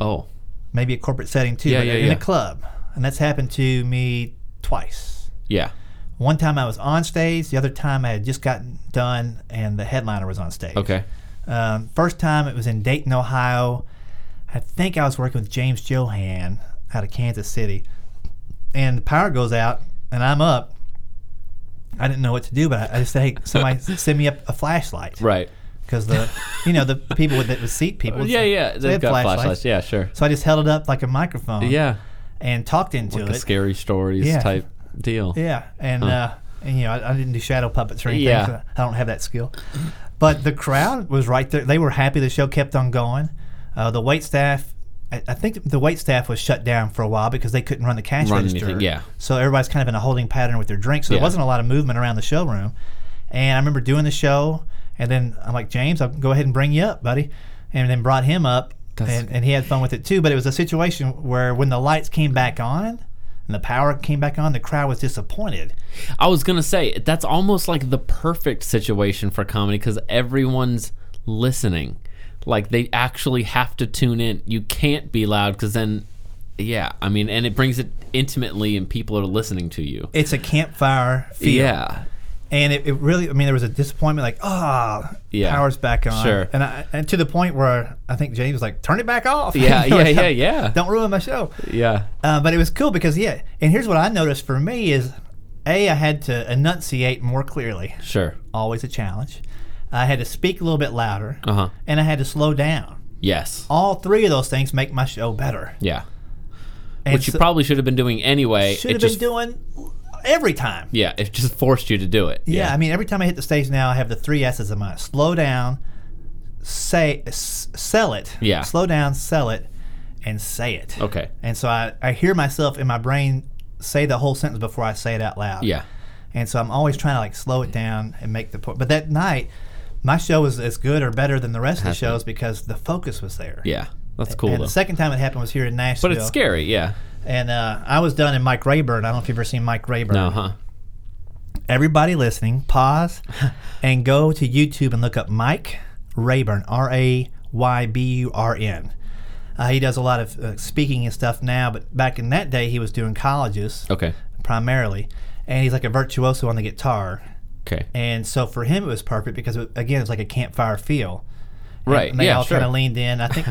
Speaker 3: Oh.
Speaker 2: maybe a corporate setting too,
Speaker 3: Yeah,
Speaker 2: but
Speaker 3: yeah,
Speaker 2: in
Speaker 3: yeah.
Speaker 2: a club, and that's happened to me twice.
Speaker 3: Yeah.
Speaker 2: One time I was on stage, the other time I had just gotten done, and the headliner was on stage.
Speaker 3: Okay.
Speaker 2: Um, first time it was in Dayton, Ohio. I think I was working with James Johan out of Kansas City, and the power goes out, and I'm up. I didn't know what to do, but I, I just said, "Hey,
Speaker 3: [LAUGHS]
Speaker 2: somebody send me up a flashlight,"
Speaker 3: Right.
Speaker 2: Because the, you
Speaker 3: [LAUGHS]
Speaker 2: know, the people with the, the seat people.
Speaker 3: yeah. Yeah. They've,
Speaker 2: they had
Speaker 3: got flashlights. Yeah. Sure.
Speaker 2: So I just held it up like a microphone.
Speaker 3: Yeah.
Speaker 2: And talked into
Speaker 3: Like a
Speaker 2: it.
Speaker 3: scary stories
Speaker 2: Yeah.
Speaker 3: type deal.
Speaker 2: Yeah, and uh, and you know, I, I didn't do shadow puppets or anything.
Speaker 3: Yeah.
Speaker 2: so I don't have that skill. But the crowd was right there. They were happy. The show kept on going. Uh, the wait staff, I, I think the wait staff was shut down for a while because they couldn't run the cash
Speaker 3: Run
Speaker 2: register.
Speaker 3: anything, yeah.
Speaker 2: So everybody's kind of in a holding pattern with their drinks. So
Speaker 3: Yeah.
Speaker 2: there wasn't a lot of movement around the showroom. And I remember doing the show, and then I'm like, James, I'll go ahead and bring you up, buddy. And then brought him up,
Speaker 3: That's-
Speaker 2: and, and he had fun with it too. But it was a situation where when the lights came back on and the power came back on, the crowd was disappointed.
Speaker 3: I was gonna say that's almost like the perfect situation for comedy because everyone's listening. Like they actually have to tune in. You can't be loud because then, yeah, I mean, and it brings it intimately, and people are listening to you.
Speaker 2: It's a campfire feel.
Speaker 3: Yeah,
Speaker 2: And it, it really, I mean, there was a disappointment like, ah,
Speaker 3: Yeah.
Speaker 2: power's back on.
Speaker 3: Sure.
Speaker 2: And, I, and to the point where I think James was like, turn it back off.
Speaker 3: yeah,
Speaker 2: [LAUGHS] You know,
Speaker 3: yeah, yeah,
Speaker 2: don't-
Speaker 3: yeah,
Speaker 2: Don't ruin my show.
Speaker 3: yeah.
Speaker 2: Uh, but it was cool because, yeah, and here's what I noticed for me is A, I had to enunciate more clearly,
Speaker 3: Sure.
Speaker 2: always a challenge. I had to speak a little bit louder,
Speaker 3: Uh huh.
Speaker 2: and I had to slow down.
Speaker 3: Yes.
Speaker 2: All three of those things make my show better.
Speaker 3: Yeah.
Speaker 2: And
Speaker 3: Which you
Speaker 2: so-
Speaker 3: probably should have been doing anyway.
Speaker 2: should have
Speaker 3: it
Speaker 2: been
Speaker 3: just,
Speaker 2: doing every time.
Speaker 3: Yeah, it just forced you to do it.
Speaker 2: Yeah, I mean, every time I hit the stage now, I have the three S's in mind: slow down, say, s- sell it.
Speaker 3: Yeah.
Speaker 2: Slow down, sell it, and say it.
Speaker 3: Okay.
Speaker 2: And so I, I hear myself in my brain say the whole sentence before I say it out loud.
Speaker 3: Yeah.
Speaker 2: And so I'm always trying to like slow it down and make the point. But that night, my show was as good or better than the rest of the shows because the focus was there.
Speaker 3: Yeah. That's cool
Speaker 2: And
Speaker 3: though.
Speaker 2: the second time it happened was here in Nashville.
Speaker 3: but it's scary. Yeah.
Speaker 2: And uh, I was done in Mike Rayburn. I don't know if you've ever seen Mike Rayburn
Speaker 3: No. Huh.
Speaker 2: everybody listening, pause and go to YouTube and look up Mike Rayburn, R A Y B U R N. Uh, he does a lot of uh, speaking and stuff now, but back in that day, he was doing colleges
Speaker 3: Okay.
Speaker 2: primarily, and he's like a virtuoso on the guitar.
Speaker 3: Okay.
Speaker 2: And so for him, it was perfect because, it, again, it's like a campfire feel.
Speaker 3: Right.
Speaker 2: And they
Speaker 3: yeah.
Speaker 2: all
Speaker 3: Sure.
Speaker 2: kind of leaned in.
Speaker 3: [LAUGHS]
Speaker 2: I think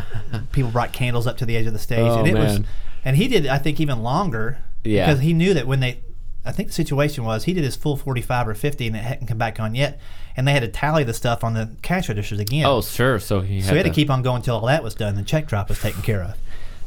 Speaker 2: people brought candles up to the edge of the stage,
Speaker 3: Oh,
Speaker 2: and it was.
Speaker 3: man.
Speaker 2: And he did, I think, even longer.
Speaker 3: Yeah.
Speaker 2: Because he knew that when they, I think the situation was he did his full forty-five or fifty, and it hadn't come back on yet, and they had to tally the stuff on the cash registers again.
Speaker 3: Oh, sure. So he had,
Speaker 2: so we had
Speaker 3: to
Speaker 2: to keep on going until all that was done, the check drop was taken care of.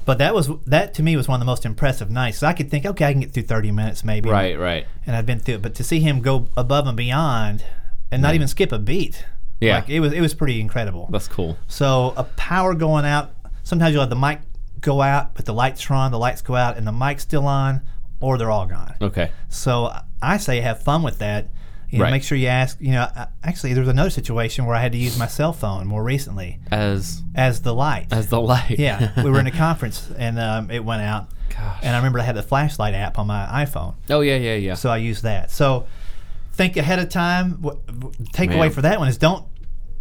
Speaker 2: But that was that to me was one of the most impressive nights. I could think, okay, I can get through thirty minutes maybe,
Speaker 3: Right. Right.
Speaker 2: And I've been through it, but to see him go above and beyond, and not even skip a
Speaker 3: Mm.
Speaker 2: beat,
Speaker 3: Yeah.
Speaker 2: like it was it was pretty incredible.
Speaker 3: That's cool.
Speaker 2: So a power going out. Sometimes you'll have the mic go out, but the lights are on. The lights go out, and the mic's still on, or they're all gone.
Speaker 3: Okay.
Speaker 2: So I say have fun with that. You know,
Speaker 3: Right.
Speaker 2: Make sure you ask. You know, I- actually, there was another situation where I had to use my cell phone more recently
Speaker 3: As
Speaker 2: as the light.
Speaker 3: as the light. [LAUGHS]
Speaker 2: [LAUGHS] yeah, we were in a conference and um, it went out.
Speaker 3: Gosh.
Speaker 2: And I remember I had the flashlight app on my iPhone,
Speaker 3: oh yeah, yeah, yeah.
Speaker 2: so I used that. So think ahead of time. What,
Speaker 3: Man.
Speaker 2: takeaway for that one is don't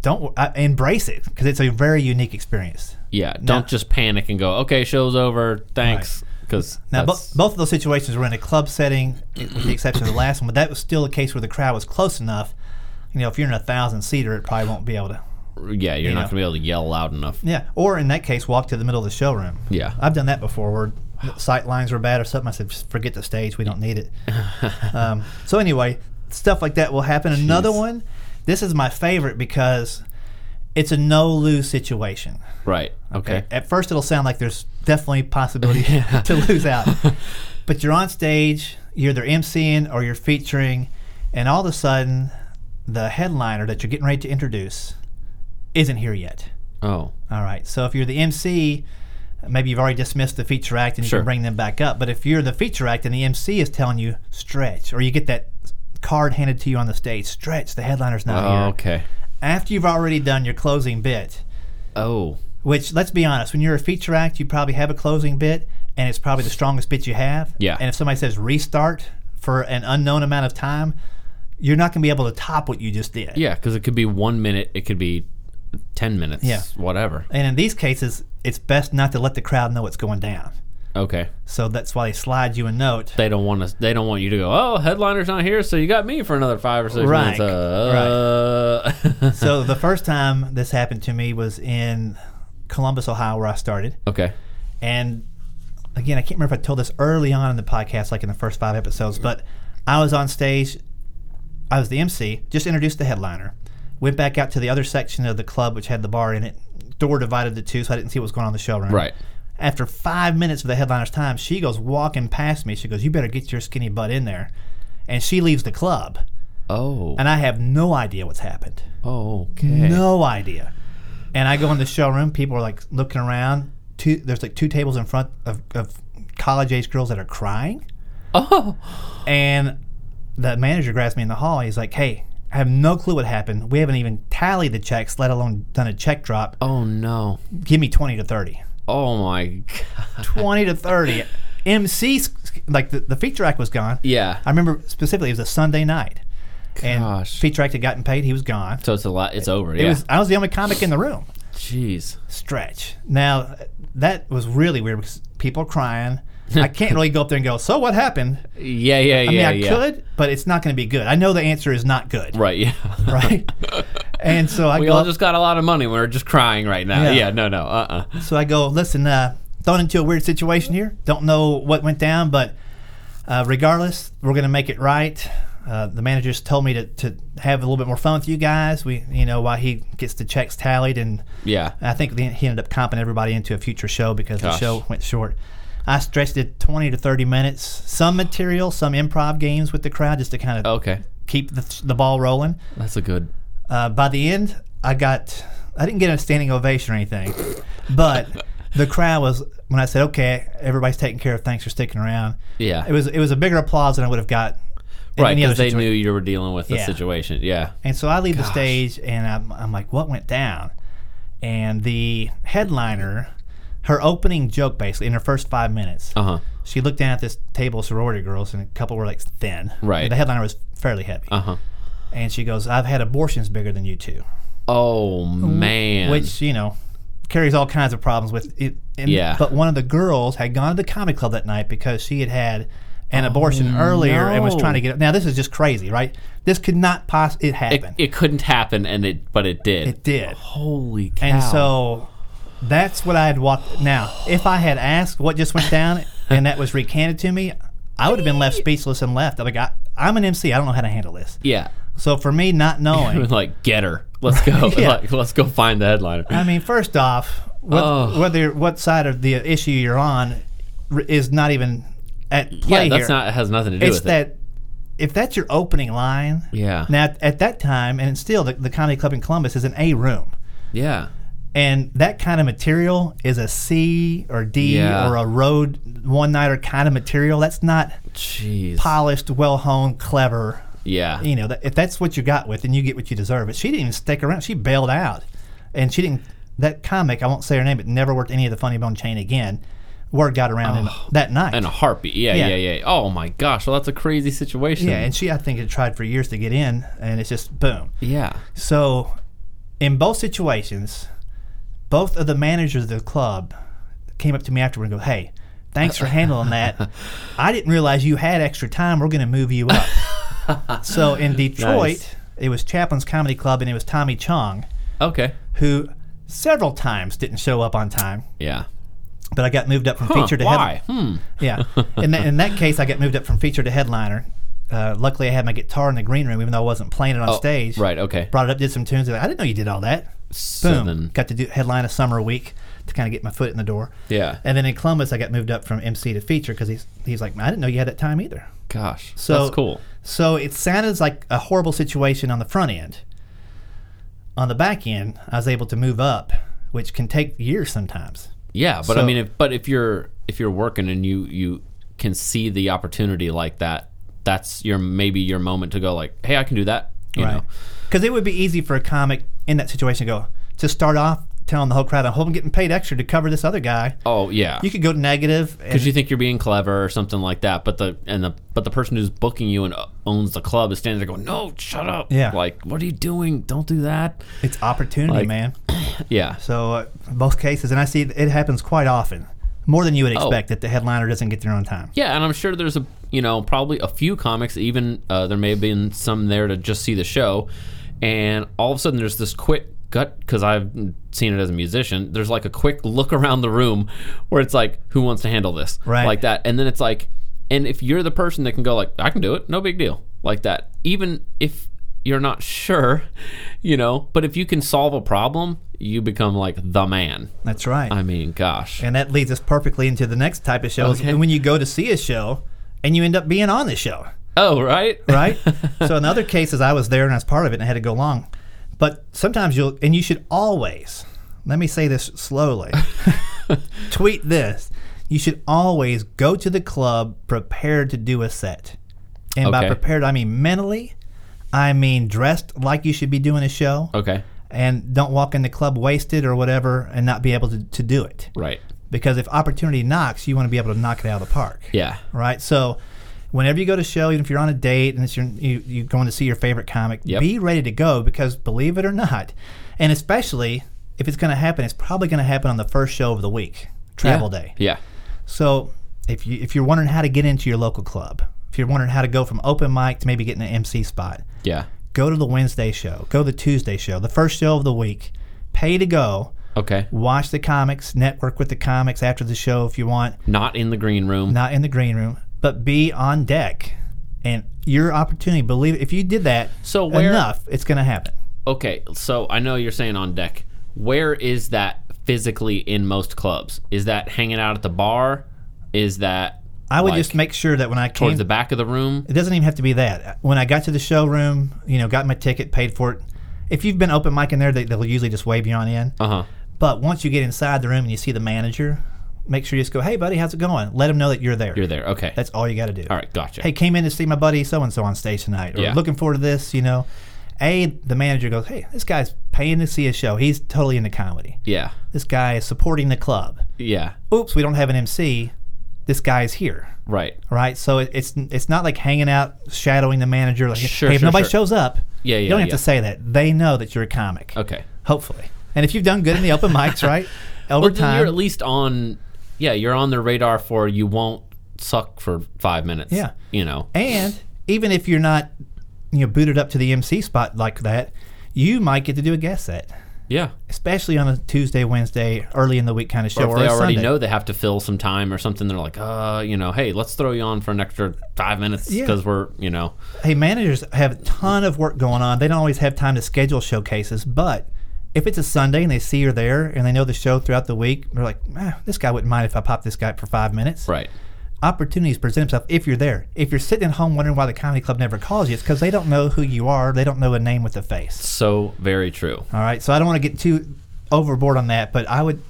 Speaker 2: don't uh, embrace it because it's a very unique experience.
Speaker 3: Yeah, don't just panic and go, okay, show's over, thanks. Because
Speaker 2: Now, bo- both of those situations were in a club setting, with the exception of the last one, but that was still a case where the crowd was close enough. You know, if you're in a thousand seater, it probably won't be able to.
Speaker 3: yeah, you're not
Speaker 2: know.
Speaker 3: going to be able to yell loud enough.
Speaker 2: Yeah, Uh, or in that case, walk to the middle of the showroom.
Speaker 3: Yeah.
Speaker 2: I've done that before where sight lines were bad or something. I said, just forget the stage, we don't need it. um, so, anyway, stuff like that will happen. Another one, this is my favorite because it's a no lose situation.
Speaker 3: Right. Okay.
Speaker 2: At first, it'll sound like there's
Speaker 3: [LAUGHS]
Speaker 2: definitely possibility [LAUGHS] to lose out, but you're on stage, you're either emceeing or you're featuring, and all of a sudden, the headliner that you're getting ready to introduce isn't here yet.
Speaker 3: Oh.
Speaker 2: All right. So if you're the MC, maybe you've already dismissed the feature act and you
Speaker 3: Sure.
Speaker 2: can bring them back up. But if you're the feature act and the MC is telling you stretch, or you get that card handed to you on the stage, stretch, the headliner's not here.
Speaker 3: Oh, okay.
Speaker 2: After you've already done your closing bit,
Speaker 3: Oh.
Speaker 2: which let's be honest, when you're a feature act, you probably have a closing bit and it's probably the strongest bit you have.
Speaker 3: Yeah.
Speaker 2: And if somebody says restart for an unknown amount of time, you're not going to be able to top what you just did.
Speaker 3: Yeah, because it could be one minute, it could be 10 minutes,
Speaker 2: Yeah.
Speaker 3: whatever.
Speaker 2: And in these cases, it's best not to let the crowd know what's going down.
Speaker 3: Okay.
Speaker 2: So that's why they slide you a note.
Speaker 3: They don't want us. They don't want you to go. Oh, headliner's not here, so you got me for another five or six
Speaker 2: Right.
Speaker 3: minutes. Uh,
Speaker 2: so the first time this happened to me was in Columbus, Ohio, where I started.
Speaker 3: [LAUGHS] okay.
Speaker 2: And again, I can't remember if I told this early on in the podcast, like in the first five episodes, but I was on stage. I was the MC, just introduced the headliner, went back out to the other section of the club, which had the bar in it. Door divided the two, so I didn't see what was going on in the showroom.
Speaker 3: Right.
Speaker 2: After five minutes of the headliner's time, she goes walking past me. She goes, You better get your skinny butt in there. And she leaves the club.
Speaker 3: Oh.
Speaker 2: And I have no idea what's happened.
Speaker 3: Okay.
Speaker 2: No idea. And I go in the showroom. People are like looking around. Two, there's like two tables in front of, of college age girls that are crying. [LAUGHS] Oh. And the manager grabs me in the hall. He's like, "Hey, I have no clue what happened. We haven't even tallied the checks, let alone done a check drop.
Speaker 3: [LAUGHS] Oh no.
Speaker 2: Give me twenty to thirty.
Speaker 3: Oh my. [LAUGHS] God.
Speaker 2: Twenty to thirty. [LAUGHS] MC, 's- like the, the feature act was gone.
Speaker 3: Yeah.
Speaker 2: I remember specifically. It was a Sunday night, and
Speaker 3: Gosh.
Speaker 2: feature act had gotten paid. He was gone.
Speaker 3: So it's a lot. It's over.
Speaker 2: It
Speaker 3: yeah.
Speaker 2: was, I was the only comic in the room.
Speaker 3: Jeez.
Speaker 2: stretch. Now, that was really weird because people are crying.
Speaker 3: [LAUGHS]
Speaker 2: I can't really go up there and go, so what happened?
Speaker 3: Yeah. Yeah. Yeah.
Speaker 2: I mean, I
Speaker 3: yeah.
Speaker 2: could, but it's not going to be good. I know the answer is not good,
Speaker 3: Right. Yeah. [LAUGHS]
Speaker 2: right? and so I
Speaker 3: We
Speaker 2: go,
Speaker 3: all
Speaker 2: up-
Speaker 3: just got a lot of money. We're just crying right now. Yeah.
Speaker 2: Yeah.
Speaker 3: no. No. Uh. uh
Speaker 2: so I go, listen, uh, thrown into a weird situation here. Don't know what went down, but uh, regardless, we're going to make it right. Uh, the manager's told me to, to have a little bit more fun with you guys. We, you know, while he gets the checks tallied and
Speaker 3: Yeah.
Speaker 2: And I think then he ended up comping everybody into a future show because
Speaker 3: Gosh.
Speaker 2: the show went short. I stretched it 20 to 30 minutes, some material, some improv games with the crowd just to kind of
Speaker 3: Okay.
Speaker 2: keep the, the ball rolling.
Speaker 3: That's a good.
Speaker 2: Uh, by the end, I got, I didn't get a standing ovation or anything, but the crowd was, when I said, okay, everybody's taken care of, thanks for sticking around.
Speaker 3: Yeah.
Speaker 2: It was, it was a bigger applause than I would have got. in
Speaker 3: right.
Speaker 2: any other
Speaker 3: Because they
Speaker 2: situation.
Speaker 3: knew you were dealing with the
Speaker 2: Yeah.
Speaker 3: situation. Yeah.
Speaker 2: And so I leave the stage and I'm, I'm like, what went down? And the headliner, her opening joke basically in her first five minutes,
Speaker 3: Uh huh.
Speaker 2: she looked down at this table of sorority girls and a couple were like thin.
Speaker 3: Right.
Speaker 2: The headliner was fairly heavy.
Speaker 3: Uh huh.
Speaker 2: And she goes, I've had abortions bigger than you two,
Speaker 3: Oh man.
Speaker 2: which, you know, carries all kinds of problems with it. And,
Speaker 3: Yeah.
Speaker 2: But one of the girls had gone to the comedy club that night because she had had an abortion earlier and was
Speaker 3: Oh, no.
Speaker 2: trying to get Now, this is just crazy, right? This could not possibly, it
Speaker 3: it,
Speaker 2: happened.
Speaker 3: it couldn't happen, and it but it did.
Speaker 2: it did.
Speaker 3: Holy cow!
Speaker 2: And so that's what I had walked. Now, if I had asked what just went down and that was recanted to me, I would have been left speechless and left. I'm like, I, I'm an MC. I don't know how to handle this.
Speaker 3: yeah,
Speaker 2: So for me, not
Speaker 3: It was
Speaker 2: knowing.
Speaker 3: like get her. Let's go.
Speaker 2: [LAUGHS] Yeah. Uh,
Speaker 3: like, let's go find the headliner.
Speaker 2: I mean, first off, what,
Speaker 3: Oh.
Speaker 2: whether what side of the issue you're on r- is not even at
Speaker 3: yeah,
Speaker 2: play
Speaker 3: that's
Speaker 2: here.
Speaker 3: not has nothing to do
Speaker 2: it's
Speaker 3: with
Speaker 2: that
Speaker 3: it.
Speaker 2: if that's your opening line.
Speaker 3: Yeah.
Speaker 2: Now at, at that time, and still, the, the comedy club in Columbus is an A room.
Speaker 3: Yeah,
Speaker 2: and that kind of material is a C or D
Speaker 3: Yeah.
Speaker 2: or a road one nighter kind of material. That's not
Speaker 3: jeez.
Speaker 2: polished, well honed, clever.
Speaker 3: yeah,
Speaker 2: You know, that, if that's what you got with, then you get what you deserve. But she didn't even stick around. She bailed out, and she didn't. That comic, I won't say her name, but never worked any of the Funny Bone chain again. word got around in- that night.
Speaker 3: And a heartbeat. Yeah, yeah,
Speaker 2: Yeah.
Speaker 3: yeah, Oh my gosh. Well, that's a crazy situation.
Speaker 2: yeah, and she, I think, had tried for years to get in, and it's just boom.
Speaker 3: yeah.
Speaker 2: So, in both situations, both of the managers of the club came up to me afterward and go, "Hey, thanks for
Speaker 3: [LAUGHS]
Speaker 2: handling that. I didn't realize you had extra time. We're going to move you
Speaker 3: [LAUGHS]
Speaker 2: up." so in Detroit,
Speaker 3: Nice.
Speaker 2: it was Chaplin's Comedy Club, and it was Tommy Chong
Speaker 3: Okay.
Speaker 2: who several times didn't show up on time.
Speaker 3: Yeah.
Speaker 2: But I got moved up from
Speaker 3: Huh,
Speaker 2: feature to
Speaker 3: why?
Speaker 2: headliner. [LAUGHS] Yeah, in that, in that case, I got moved up from feature to headliner. Uh, luckily, I had my guitar in the green room, even though I wasn't playing it on stage.
Speaker 3: Hmm. Right. Okay.
Speaker 2: Brought it up, did some tunes. and I didn't know you did all that.
Speaker 3: So
Speaker 2: Boom.
Speaker 3: then-
Speaker 2: Got to do headline a summer week to kind of get my foot in the door.
Speaker 3: Yeah.
Speaker 2: And then in Columbus, I got moved up from MC to feature because he's he's like, "Man, I didn't know you had that time either.
Speaker 3: Gosh.
Speaker 2: So
Speaker 3: that's cool.
Speaker 2: So it sounded like a horrible situation on the front end. On the back end, I was able to move up, which can take years sometimes.
Speaker 3: Yeah, but I
Speaker 2: So-
Speaker 3: mean, if, but if you're if you're working and you you can see the opportunity like that, that's your maybe your moment to go like, hey, I can do that. You know,
Speaker 2: Because it would be easy for a comic in that situation to go to start off telling the whole crowd, "I hope I'm getting paid extra to cover this other guy."
Speaker 3: oh yeah,
Speaker 2: You could go negative. and-
Speaker 3: because you think you're being clever or something like that. But the and the but the person who's booking you and uh, owns the club is standing there going, no, shut up.
Speaker 2: Yeah.
Speaker 3: like what are you doing? Don't do that.
Speaker 2: it's opportunity,
Speaker 3: like-
Speaker 2: man.
Speaker 3: Yeah,
Speaker 2: So uh, both cases, and I see it happens quite often, more than you
Speaker 3: Oh.
Speaker 2: would expect that the headliner doesn't get there on time.
Speaker 3: yeah, and I'm sure there's a you know probably a few comics even uh, there may have been some there to just see the show, and all of a sudden there's this quick gut because I've seen it as a musician. There's like a quick look around the room where it's like who wants to handle this
Speaker 2: Right.
Speaker 3: like that, and then it's like and if you're the person that can go like I can do it, no big deal like that, even if you're not sure, you know, but if you can solve a problem, you become like the man.
Speaker 2: That's right.
Speaker 3: I mean, gosh.
Speaker 2: and that leads us perfectly into the next type of shows.
Speaker 3: Okay.
Speaker 2: When you go to see a show, and you end up being on the show.
Speaker 3: Oh, right?
Speaker 2: [LAUGHS]
Speaker 3: [LAUGHS]
Speaker 2: right? so in other cases, I was there and I was part of it and I had to go along. But sometimes you'll, and you should always, let me say this
Speaker 3: [LAUGHS]
Speaker 2: slowly, tweet this. You should always go to the club prepared to do a set. And by
Speaker 3: Okay.
Speaker 2: prepared, I mean mentally, I mean dressed like you should be doing a show.
Speaker 3: Okay.
Speaker 2: And don't walk in the club wasted or whatever and not be able to, to do it.
Speaker 3: Right.
Speaker 2: Because if opportunity knocks, you want to be able to knock it out of the park
Speaker 3: Yeah.
Speaker 2: right? So, whenever you go to show, even if you're on a date and it's your, you, you're going to see your favorite comic,
Speaker 3: Yep.
Speaker 2: be ready to go because believe it or not, and especially if it's going to happen, it's probably going to happen on the first show of the week, travel
Speaker 3: yeah.
Speaker 2: day.
Speaker 3: Yeah.
Speaker 2: So, if you if you're wondering how to get into your local club, if you're wondering how to go from open mic to maybe getting an MC spot,
Speaker 3: Yeah.
Speaker 2: go to the Wednesday show, go to the Tuesday show, the first show of the week, pay to go.
Speaker 3: Okay.
Speaker 2: Watch the comics, network with the comics after the show if you want
Speaker 3: Not in the green room.
Speaker 2: not in the green room, but be on deck. And your opportunity, believe if you did that
Speaker 3: So where-
Speaker 2: enough, it's going to happen.
Speaker 3: Okay. So I know you're saying on deck. Where is that physically in most clubs? Is that hanging out at the bar? Is that
Speaker 2: I would
Speaker 3: like,
Speaker 2: just make sure that when I came,
Speaker 3: towards the back of the room?
Speaker 2: it doesn't even have to be that. When I got to the showroom, you know, got my ticket, paid for it. If you've been open mic in there, they, they'll usually just wave you on in.
Speaker 3: Uh huh.
Speaker 2: But once you get inside the room and you see the manager, make sure you just go, "Hey, buddy, how's it going?" Let them know that you're there.
Speaker 3: You're there. Okay.
Speaker 2: That's all you got to do.
Speaker 3: All right. Gotcha.
Speaker 2: hey, came in to see my buddy so and so on stage tonight, or
Speaker 3: Yeah.
Speaker 2: looking forward to this, you know. A, the manager goes, hey, this guy's paying to see a show. He's totally into comedy.
Speaker 3: Yeah.
Speaker 2: This guy is supporting the club.
Speaker 3: Yeah.
Speaker 2: Oops, we don't have an MC. This guy's here,
Speaker 3: Right.
Speaker 2: right? So it, it's it's not like hanging out, shadowing the manager. Like,
Speaker 3: Sure,
Speaker 2: hey, if
Speaker 3: sure,
Speaker 2: nobody
Speaker 3: sure.
Speaker 2: shows up,
Speaker 3: Yeah, yeah,
Speaker 2: you don't have
Speaker 3: yeah.
Speaker 2: to say that. They know that you're a comic,
Speaker 3: Okay.
Speaker 2: hopefully. And if you've done good in the open mics, right, over
Speaker 3: [LAUGHS] Well, then
Speaker 2: time,
Speaker 3: you're at least on. Yeah, you're on their radar for you won't suck for five minutes.
Speaker 2: Yeah.
Speaker 3: You know.
Speaker 2: And even if you're not, you know, booted up to the MC spot like that, you might get to do a guest set,
Speaker 3: Yeah.
Speaker 2: especially on a Tuesday, Wednesday, early in the week kind of show,
Speaker 3: If
Speaker 2: or,
Speaker 3: they
Speaker 2: a
Speaker 3: already
Speaker 2: Sunday.
Speaker 3: know they have to fill some time or something, they're like, uh, you know, hey, let's throw you on for an extra five minutes
Speaker 2: Yeah.
Speaker 3: because we're, you know,
Speaker 2: Hey, managers have a ton of work going on. They don't always have time to schedule showcases, but if it's a Sunday and they see you're there and they know the show throughout the week, they're like, ah, this guy wouldn't mind if I pop this guy up for five minutes.
Speaker 3: right.
Speaker 2: Opportunities present themselves if you're there. If you're sitting at home wondering why the comedy club never calls you, it's because they don't know who you are. They don't know a name with a face.
Speaker 3: So very true.
Speaker 2: All right, so I don't want to get too overboard on that, but I would,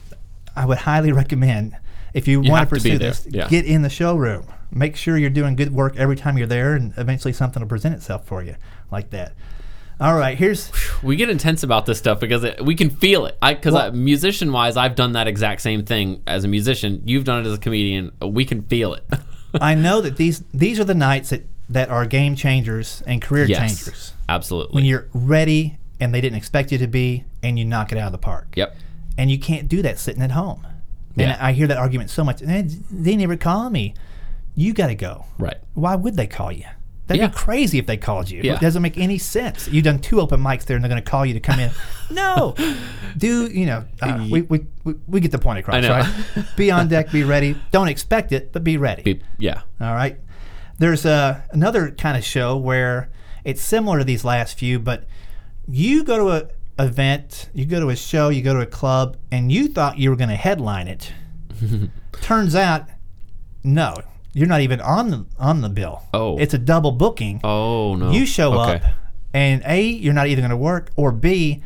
Speaker 2: I would highly recommend if you,
Speaker 3: have
Speaker 2: want to
Speaker 3: to be
Speaker 2: pursue
Speaker 3: there,
Speaker 2: this,
Speaker 3: yeah.
Speaker 2: get in the showroom. Make sure you're doing good work every time you're there, and eventually something will present itself for you, like that. All right, here's
Speaker 3: We get intense about this stuff because it, we can feel it. I because musician wise, I've done that exact same thing as a musician. You've done it as a comedian. We can feel
Speaker 2: [LAUGHS]
Speaker 3: it.
Speaker 2: I know that these these are the nights that, that are game changers and career
Speaker 3: yes,
Speaker 2: changers.
Speaker 3: absolutely.
Speaker 2: When you're ready and they didn't expect you to be and you knock it out of the park.
Speaker 3: yep.
Speaker 2: And you can't do that sitting at home. And
Speaker 3: Yeah.
Speaker 2: I hear that argument so much. "Eh, They never call me. You got to go.
Speaker 3: Right.
Speaker 2: Why would they call you? That'd
Speaker 3: Yeah.
Speaker 2: be crazy if they called you.
Speaker 3: Yeah.
Speaker 2: It doesn't make any sense. You've done two open mics there, and they're going to call you
Speaker 3: [LAUGHS]
Speaker 2: to come in. no, do you know? Uh, we, we, we we get the point across,
Speaker 3: I know.
Speaker 2: right? be on deck, be ready. Don't expect it, but be ready.
Speaker 3: Be- yeah.
Speaker 2: All right. There's uh, another kind of show where it's similar to these last few, but you go to a event, you go to a show, you go to a club, and you thought you were going to
Speaker 3: [LAUGHS]
Speaker 2: headline it. Turns out, no, you're not even on the on the bill.
Speaker 3: Oh.
Speaker 2: it's a double booking.
Speaker 3: Oh no.
Speaker 2: You show
Speaker 3: Okay.
Speaker 2: up, and A, you're not either going to work, or B,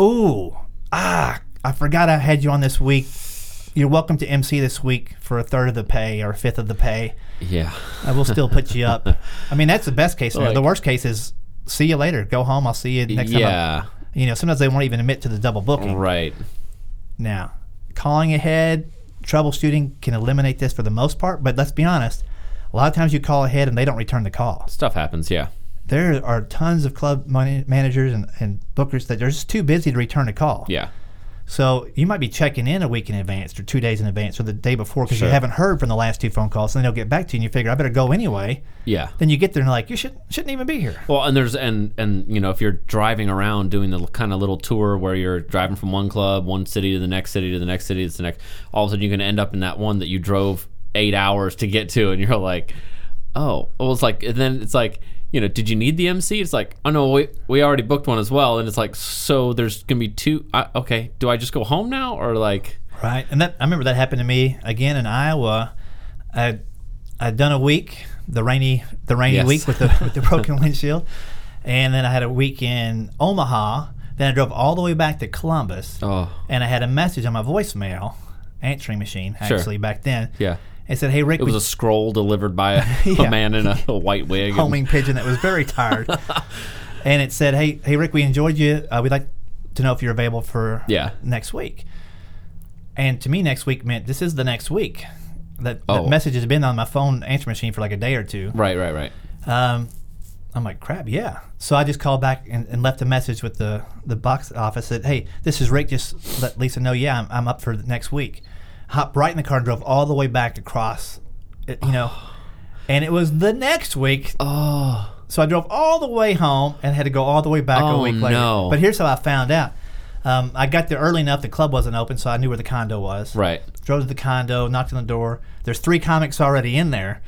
Speaker 2: ooh, ah, I forgot I had you on this week. You're welcome to MC this week for a third of the pay or a fifth of the pay.
Speaker 3: Yeah.
Speaker 2: I will still put
Speaker 3: [LAUGHS]
Speaker 2: you up. I mean, that's the best case scenario. the
Speaker 3: Like-
Speaker 2: worst case is see you later. Go home. I'll see you next time. I-
Speaker 3: yeah.
Speaker 2: You know, sometimes they won't even admit to the double booking.
Speaker 3: Right.
Speaker 2: Now, calling ahead, troubleshooting can eliminate this for the most part, but let's be honest. A lot of times you call ahead and they don't return the call.
Speaker 3: Stuff happens. Yeah.
Speaker 2: There are tons of club money managers and, and bookers that are just too busy to return a call.
Speaker 3: Yeah.
Speaker 2: So you might be checking in a week in advance or two days in advance or the day before because
Speaker 3: Sure.
Speaker 2: you haven't heard from the last two phone calls. And then they'll get back to you and you figure, I better go anyway.
Speaker 3: Yeah.
Speaker 2: Then you get there and like, you should, shouldn't even be here.
Speaker 3: Well, and there's and and you know if you're driving around doing the kind of little tour where you're driving from one club, one city to the next city to the next city to the next, all of a sudden you're going to end up in that one that you drove eight hours to get to, and you're like, oh, well, it's like, and then it's like, you know, did you need the MC? It's like, oh no, we we already booked one as well, and it's like, so there's going to be two. I, okay, do I just go home now or like?
Speaker 2: Right, and that I remember that happened to me again in Iowa. I I'd done a week, the rainy the rainy
Speaker 3: Yes.
Speaker 2: week with the with
Speaker 3: [LAUGHS]
Speaker 2: the broken windshield, and then I had a week in Omaha. Then I drove all the way back to Columbus,
Speaker 3: Oh.
Speaker 2: and I had a message on my voicemail answering machine
Speaker 3: Sure.
Speaker 2: actually back then.
Speaker 3: Yeah.
Speaker 2: it said, "Hey Rick,
Speaker 3: It was
Speaker 2: we-
Speaker 3: a scroll delivered by [LAUGHS] a,
Speaker 2: Yeah.
Speaker 3: a man in a, a white wig. and-
Speaker 2: [LAUGHS] homing pigeon that was
Speaker 3: [LAUGHS]
Speaker 2: very tired." and it said, "Hey, hey, Rick, we enjoyed you. Uh, we'd like to know if you're available for
Speaker 3: Yeah.
Speaker 2: next week." And to me, next week meant this is the next week. That,
Speaker 3: Oh.
Speaker 2: that message has been on my phone answer machine for like a day or two.
Speaker 3: right, right, right.
Speaker 2: Um, I'm like, crap, yeah. So I just called back and, and left a message with the, the box office that, hey, this is Rick. Just let Lisa know, yeah, I'm, I'm up for the next week. Hopped right in the car and drove all the way back across, it, you know. And it was the next week.
Speaker 3: Oh,
Speaker 2: So I drove all the way home and had to go all the way back a
Speaker 3: Oh,
Speaker 2: week later.
Speaker 3: no.
Speaker 2: But here's how I found out. Um, I got there early enough. The club wasn't open, so I knew where the condo was
Speaker 3: right.
Speaker 2: drove to the condo, knocked on the door. There's three comics already in there,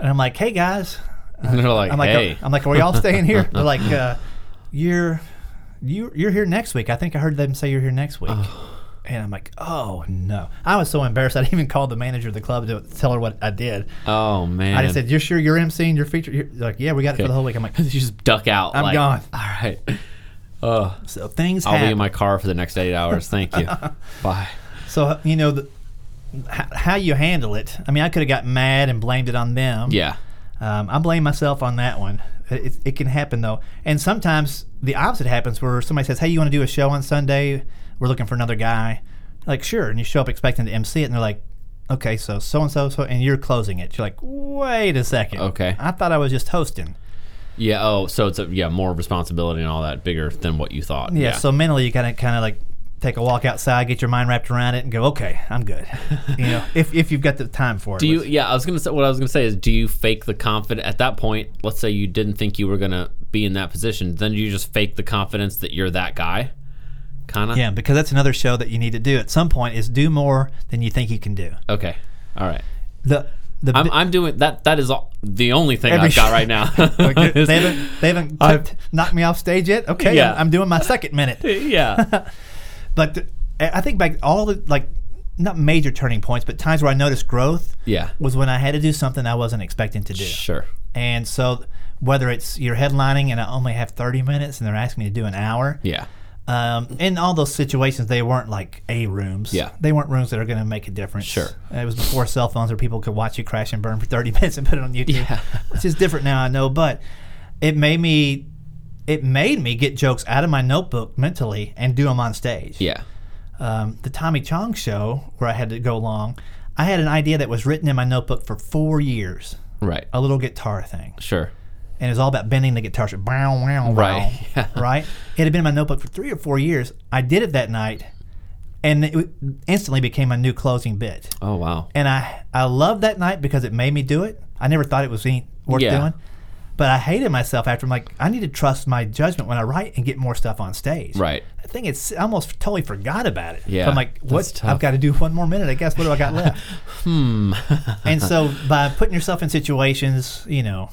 Speaker 2: and I'm like, "Hey guys,"
Speaker 3: And they're like,
Speaker 2: I'm like,
Speaker 3: hey,
Speaker 2: "I'm like, are we all staying
Speaker 3: [LAUGHS]
Speaker 2: here?" They're like, uh, "You're, you you're here next week." I think I heard them say you're here next week, and I'm like, "Oh no!" I was so embarrassed. [LAUGHS] I didn't even call the manager of the club to tell her what I did.
Speaker 3: oh man.
Speaker 2: I just said, "You're sure you're emceeing your feature?" You're like, "Yeah, we got it for the whole week." I'm
Speaker 3: [LAUGHS]
Speaker 2: like,
Speaker 3: you just duck out.
Speaker 2: I'm
Speaker 3: like,
Speaker 2: gone.
Speaker 3: All right. [LAUGHS] Uh,
Speaker 2: "So things
Speaker 3: I'll be
Speaker 2: happen."
Speaker 3: in my car for the next eight hours. Thank
Speaker 2: [LAUGHS]
Speaker 3: you. Bye.
Speaker 2: so you know, the, h- how you handle it. I mean, I could have got mad and blamed it on them.
Speaker 3: Yeah.
Speaker 2: Um, I blame myself on that one. It, it, it can happen though, and sometimes the opposite happens where somebody says, "Hey, you want to do a show on Sunday? We're looking for another guy." Like, sure, and you show up expecting to MC it, and they're like, "Okay, so so and so so," and you're closing it. You're like, "Wait a second.
Speaker 3: Okay.
Speaker 2: I thought I was just hosting."
Speaker 3: Yeah. Oh, so it's a, yeah more responsibility and all that bigger than what you thought.
Speaker 2: Yeah. So mentally, you kind of kind of like take a walk outside, get your mind wrapped around it, and go, "Okay, I'm good." you
Speaker 3: [LAUGHS]
Speaker 2: know, if if you've got the time for it.
Speaker 3: do you? Yeah. I was gonna say what I was gonna say is do you fake the confidence at that point? Let's say you didn't think you were gonna be in that position. Then you just fake the confidence that you're that guy. Kind of.
Speaker 2: Yeah, because that's another show that you need to do at some point is do more than you think you can do.
Speaker 3: Okay. All right.
Speaker 2: The the
Speaker 3: I'm, I'm doing that. That is all, the only thing
Speaker 2: Every
Speaker 3: I've got
Speaker 2: sh-
Speaker 3: right
Speaker 2: [LAUGHS]
Speaker 3: now.
Speaker 2: Like,
Speaker 3: [LAUGHS]
Speaker 2: [LAUGHS] they they haven't, they haven't
Speaker 3: I've-
Speaker 2: tipped- knocked me off stage yet. Okay,
Speaker 3: Yeah.
Speaker 2: I'm, I'm doing my second
Speaker 3: [LAUGHS]
Speaker 2: minute.
Speaker 3: yeah.
Speaker 2: But th- I I think back all the like not major turning points, but times where I noticed growth
Speaker 3: Yeah.
Speaker 2: was when I had to do something I wasn't expecting to do.
Speaker 3: Sure.
Speaker 2: And so whether it's you're headlining and I only have 30 minutes and they're asking me to do an hour,
Speaker 3: Yeah.
Speaker 2: um, in all those situations, they weren't like A rooms.
Speaker 3: Yeah.
Speaker 2: They weren't rooms that are going to make a difference.
Speaker 3: Sure.
Speaker 2: It was before cell phones where people could watch you crash [LAUGHS] and burn for 30 minutes and put it on YouTube, which is different now, I know. But it made me it made me get jokes out of my notebook mentally and do them on stage.
Speaker 3: Yeah.
Speaker 2: Um, the Tommy Chong show, where I had to go along, I had an idea that was written in my notebook for four years,
Speaker 3: Right.
Speaker 2: a little guitar thing,
Speaker 3: Sure.
Speaker 2: and it was all about bending the guitar. So, bow, wow, wow,
Speaker 3: Right, [LAUGHS] yeah.
Speaker 2: right. It had been in my notebook for three or four years. I did it that night, and it w- instantly became my new closing bit.
Speaker 3: Oh wow.
Speaker 2: and I I loved that night because it made me do it. I never thought it was any worth
Speaker 3: Yeah.
Speaker 2: doing, but I hated myself after. I'm like, I need to trust my judgment when I write and get more stuff on stage. [LAUGHS]
Speaker 3: Right.
Speaker 2: I think it's I almost totally forgot about it.
Speaker 3: Yeah,
Speaker 2: I'm like,
Speaker 3: that's
Speaker 2: what?
Speaker 3: tough.
Speaker 2: I've got to do one more minute. I guess. What do I
Speaker 3: [LAUGHS]
Speaker 2: got left? hmm. and so by putting yourself in situations, you know,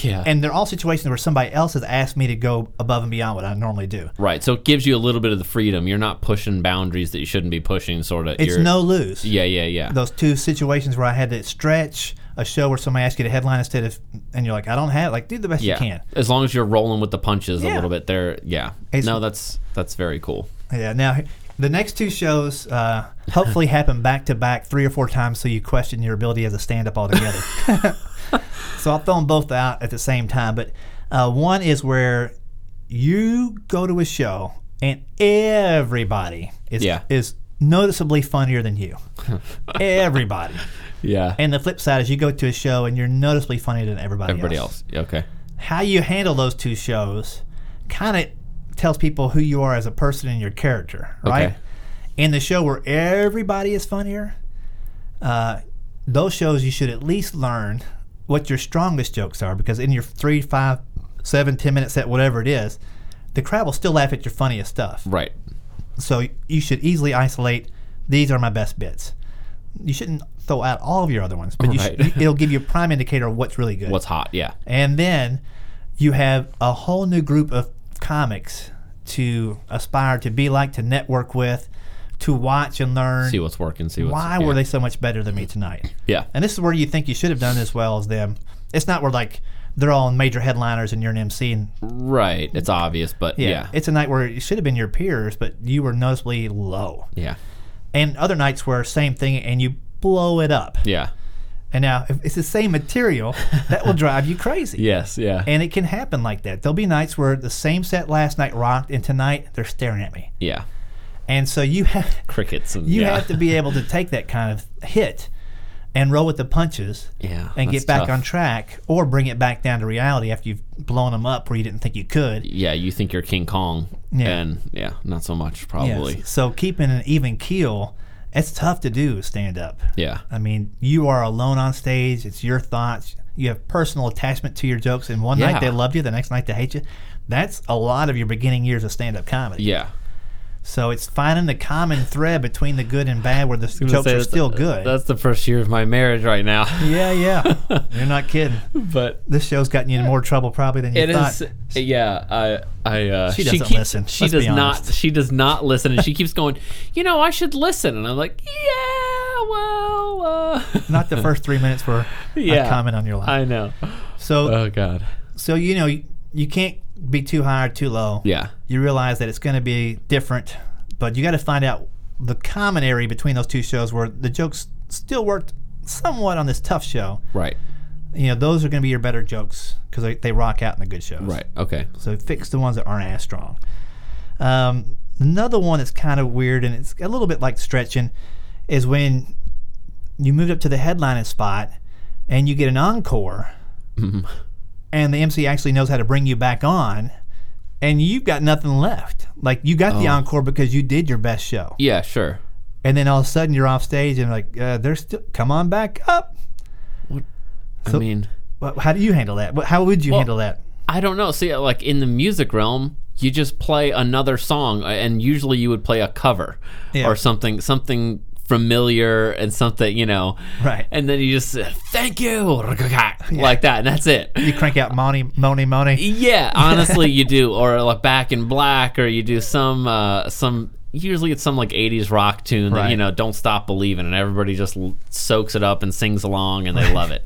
Speaker 3: Yeah.
Speaker 2: and they're all situations where somebody else has asked me to go above and beyond what I normally do.
Speaker 3: right. So it gives you a little bit of the freedom. You're not pushing boundaries that you shouldn't be pushing. Sort of.
Speaker 2: It's no lose.
Speaker 3: Yeah. Yeah. Yeah.
Speaker 2: those two situations where I had to stretch a show where somebody asked you to headline instead of, and you're like, I don't have, like, do the best
Speaker 3: yeah.
Speaker 2: you can.
Speaker 3: As long as you're rolling with the punches a
Speaker 2: Yeah.
Speaker 3: little bit, there. Yeah.
Speaker 2: It's-
Speaker 3: no, that's that's very cool.
Speaker 2: Yeah. Now, the next two shows uh, hopefully happen back to back three or four times so you question your ability as a stand up altogether. [LAUGHS] so I'll throw them both out at the same time. But uh, one is where you go to a show and everybody is,
Speaker 3: Yeah.
Speaker 2: is noticeably funnier
Speaker 3: [LAUGHS]
Speaker 2: than you. everybody.
Speaker 3: Yeah.
Speaker 2: And the flip side is you go to a show and you're noticeably funnier than everybody,
Speaker 3: Everybody else. Okay.
Speaker 2: how you handle those two shows kind of tells people who you are as a person and your character, right?
Speaker 3: Okay.
Speaker 2: In the show where everybody is funnier, uh, those shows you should at least learn what your strongest jokes are because in your three, five, seven, ten minute set, whatever it is, the crowd will still laugh at your funniest stuff.
Speaker 3: Right.
Speaker 2: So you should easily isolate these are my best bits. You shouldn't throw out all of your other ones, but you should,
Speaker 3: Right.
Speaker 2: it'll give you a prime indicator of what's really good.
Speaker 3: What's hot? Yeah.
Speaker 2: And then you have a whole new group of comics to aspire to be like, to network with, to watch and learn.
Speaker 3: See what's working. See what's.
Speaker 2: Why
Speaker 3: yeah.
Speaker 2: were they so much better than me tonight?
Speaker 3: Yeah.
Speaker 2: And this is where you think you should have done as well as them. It's not where like they're all major headliners and you're an MC and
Speaker 3: Right. It's obvious, but
Speaker 2: yeah,
Speaker 3: yeah.
Speaker 2: it's a night where it should have been your peers, but you were noticeably low.
Speaker 3: Yeah.
Speaker 2: And other nights where same thing and you blow it up.
Speaker 3: Yeah.
Speaker 2: And now if it's the same material,
Speaker 3: [LAUGHS]
Speaker 2: that will drive you crazy.
Speaker 3: Yes. Yeah.
Speaker 2: And it can happen like that. There'll be nights where the same set last night rocked, and tonight they're staring at me.
Speaker 3: yeah.
Speaker 2: And so you have
Speaker 3: Crickets. And,
Speaker 2: [LAUGHS] you
Speaker 3: yeah.
Speaker 2: have to be able to take that kind of hit and roll with the punches
Speaker 3: [LAUGHS] Yeah.
Speaker 2: and
Speaker 3: that's
Speaker 2: get back
Speaker 3: tough.
Speaker 2: on track, or bring it back down to reality after you've blown them up where you didn't think you could.
Speaker 3: Yeah. You think you're King Kong.
Speaker 2: Yeah.
Speaker 3: And yeah, not so much probably.
Speaker 2: Yes. So keeping an even keel, it's tough to do stand up.
Speaker 3: Yeah.
Speaker 2: I mean, you are alone on stage. It's your thoughts. You have personal attachment to your jokes. And one
Speaker 3: Yeah.
Speaker 2: night they loved you, the next night they hate you. That's a lot of your beginning years of stand up comedy.
Speaker 3: Yeah.
Speaker 2: So it's finding the common thread between the good and bad where the jokes are still good.
Speaker 3: That's the first year of my marriage right now. [LAUGHS]
Speaker 2: yeah, yeah. You're not kidding.
Speaker 3: but
Speaker 2: This show's gotten you in more trouble probably than you
Speaker 3: it
Speaker 2: thought.
Speaker 3: is yeah, I I uh,
Speaker 2: She doesn't
Speaker 3: keeps-
Speaker 2: listen,
Speaker 3: She
Speaker 2: let's
Speaker 3: does
Speaker 2: be
Speaker 3: not
Speaker 2: honest.
Speaker 3: she does not listen and she keeps going, "You know, I should listen." And I'm like, "Yeah, well, uh,
Speaker 2: Not the first three minutes were
Speaker 3: [LAUGHS] Yeah.
Speaker 2: a comment on your
Speaker 3: [LAUGHS]
Speaker 2: life.
Speaker 3: I know."
Speaker 2: so,
Speaker 3: Oh god.
Speaker 2: so you know, you, you can't be too high or too low.
Speaker 3: Yeah.
Speaker 2: you realize that it's going to be different, but you got to find out the common area between those two shows where the jokes still worked somewhat on this tough show.
Speaker 3: Right.
Speaker 2: You know, those are going to be your better jokes because they, they rock out in the good shows.
Speaker 3: Right. Okay.
Speaker 2: So fix the ones that aren't as strong. Um, another one that's kind of weird and it's a little bit like stretching is when you moved up to the headlining spot and you get an encore, and the MC actually knows how to bring you back on, and you've got nothing left. Like you got the encore because you did your best show,
Speaker 3: Yeah, sure.
Speaker 2: and then all of a sudden you're off stage and like uh, they're still come on back up.
Speaker 3: I
Speaker 2: So-
Speaker 3: mean,
Speaker 2: Wha- How do you handle that? Wha- How would you handle that?
Speaker 3: I don't know. See, like in the music realm, you just play another song, uh, and usually you would play a cover
Speaker 2: Yeah.
Speaker 3: or something, something familiar and something, you know.
Speaker 2: Right.
Speaker 3: And then you just say, thank you, [LAUGHS] like that, and that's it.
Speaker 2: You crank out money, money, money.
Speaker 3: Yeah, honestly, you do. Or like Back in Black, or you do some uh, some. Usually, it's some like '80s rock tune that you
Speaker 2: Right.
Speaker 3: know, "Don't Stop Believing," and everybody just l- soaks it up and sings along, and they love
Speaker 2: [LAUGHS]
Speaker 3: it.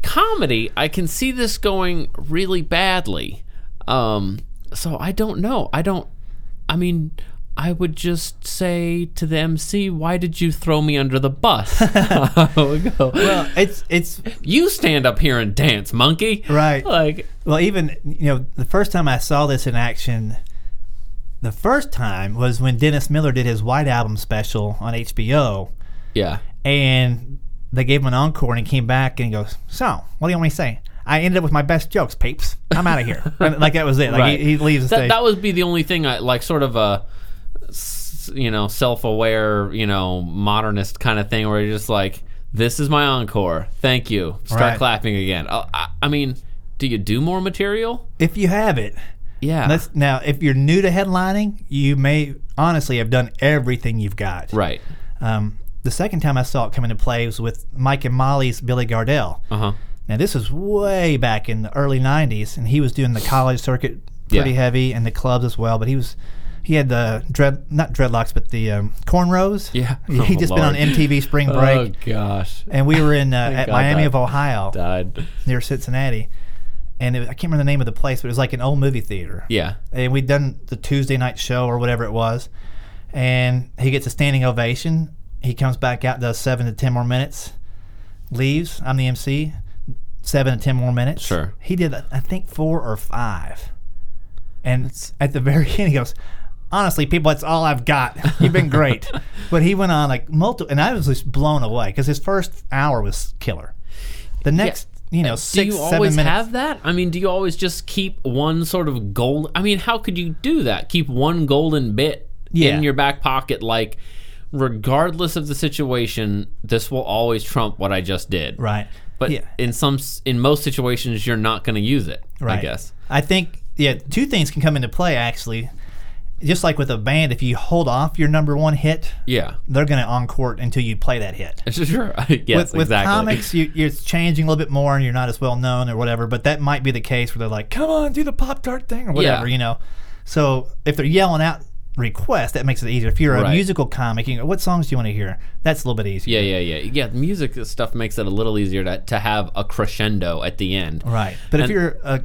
Speaker 3: Comedy, I can see this going really badly. Um, so I don't know. I don't. I mean, I would just say to the MC, "Why did you throw me under the bus?"
Speaker 2: [LAUGHS]
Speaker 3: [LAUGHS] I would go,
Speaker 2: Well, it's it's
Speaker 3: "You stand up here and dance, monkey."
Speaker 2: Right.
Speaker 3: Like,
Speaker 2: Well, even you know, the first time I saw this in action, the first time was when Dennis Miller did his White Album special on HBO,
Speaker 3: yeah.
Speaker 2: and they gave him an encore, and he came back and he goes, "So, what do you want me to say? I ended up with my best jokes, peeps. I'm out
Speaker 3: [LAUGHS]
Speaker 2: of here." And, like that was it. Like
Speaker 3: Right.
Speaker 2: he, he leaves the
Speaker 3: That
Speaker 2: stage.
Speaker 3: that would be the only thing I like, sort of a s- you know self-aware, you know modernist kind of thing, where you're just like, "This is my encore. Thank you. Start
Speaker 2: Right.
Speaker 3: clapping again." I, I, I mean, do you do more material?
Speaker 2: if you have it.
Speaker 3: Yeah.
Speaker 2: Let's, now, if you're new to headlining, you may honestly have done everything you've got.
Speaker 3: right.
Speaker 2: Um, the second time I saw it come into play was with Mike and Molly's Billy Gardell.
Speaker 3: Uh huh.
Speaker 2: Now this was way back in the early '90s, and he was doing the college circuit pretty
Speaker 3: Yeah.
Speaker 2: heavy and the clubs as well. But he was he had the dread not dreadlocks, but the um, cornrows.
Speaker 3: Yeah.
Speaker 2: [LAUGHS] he
Speaker 3: Oh,
Speaker 2: just been
Speaker 3: [LAUGHS]
Speaker 2: on
Speaker 3: Lord.
Speaker 2: MTV Spring
Speaker 3: Oh
Speaker 2: Break,
Speaker 3: gosh.
Speaker 2: and we were
Speaker 3: [LAUGHS]
Speaker 2: in uh, at
Speaker 3: God
Speaker 2: Miami
Speaker 3: that-
Speaker 2: of Ohio
Speaker 3: Died.
Speaker 2: near Cincinnati, and it, I can't remember the name of the place, but it was like an old movie theater
Speaker 3: Yeah.
Speaker 2: and we'd done the Tuesday night show or whatever it was, and he gets a standing ovation. He comes back out, does seven to ten more minutes, leaves. I'm the MC. Seven to ten more minutes.
Speaker 3: Sure.
Speaker 2: He did, I think, four or five, and at the very [LAUGHS] end, he goes. Honestly, people, that's all I've got. [LAUGHS] You've
Speaker 3: [LAUGHS]
Speaker 2: been great, but he went on like multiple, and I was just blown away because his first hour was killer. The next, you know,
Speaker 3: Uh, Do
Speaker 2: six,
Speaker 3: you
Speaker 2: seven
Speaker 3: always
Speaker 2: minutes.
Speaker 3: have that? I mean, do you always just keep one sort of gold? I mean, how could you do that? Keep one golden bit
Speaker 2: Yeah.
Speaker 3: in your back pocket, like regardless of the situation, this will always trump what I just did.
Speaker 2: right,
Speaker 3: But
Speaker 2: yeah.
Speaker 3: in some, s- in most situations, you're not going to use it. I guess.
Speaker 2: I think yeah, two things can come into play actually. Just like with a band, if you hold off your number one hit,
Speaker 3: Yeah. [LAUGHS]
Speaker 2: they're going to encore it until you play that hit.
Speaker 3: Sure. [LAUGHS] yes.
Speaker 2: with, with
Speaker 3: exactly.
Speaker 2: comics, you, you're changing a little bit more, and you're not as well known or whatever. But that might be the case where they're like, "Come on, do the pop tart thing or whatever,"
Speaker 3: Yeah.
Speaker 2: you know. So if they're yelling out requests, that makes it easier. If you're a
Speaker 3: Right.
Speaker 2: musical comic, you go, "What songs do you want to hear?" That's a little bit easier.
Speaker 3: Yeah, yeah, yeah, yeah. The music stuff makes it a little easier to to have a crescendo at the end.
Speaker 2: Right. But if
Speaker 3: And-
Speaker 2: you're a,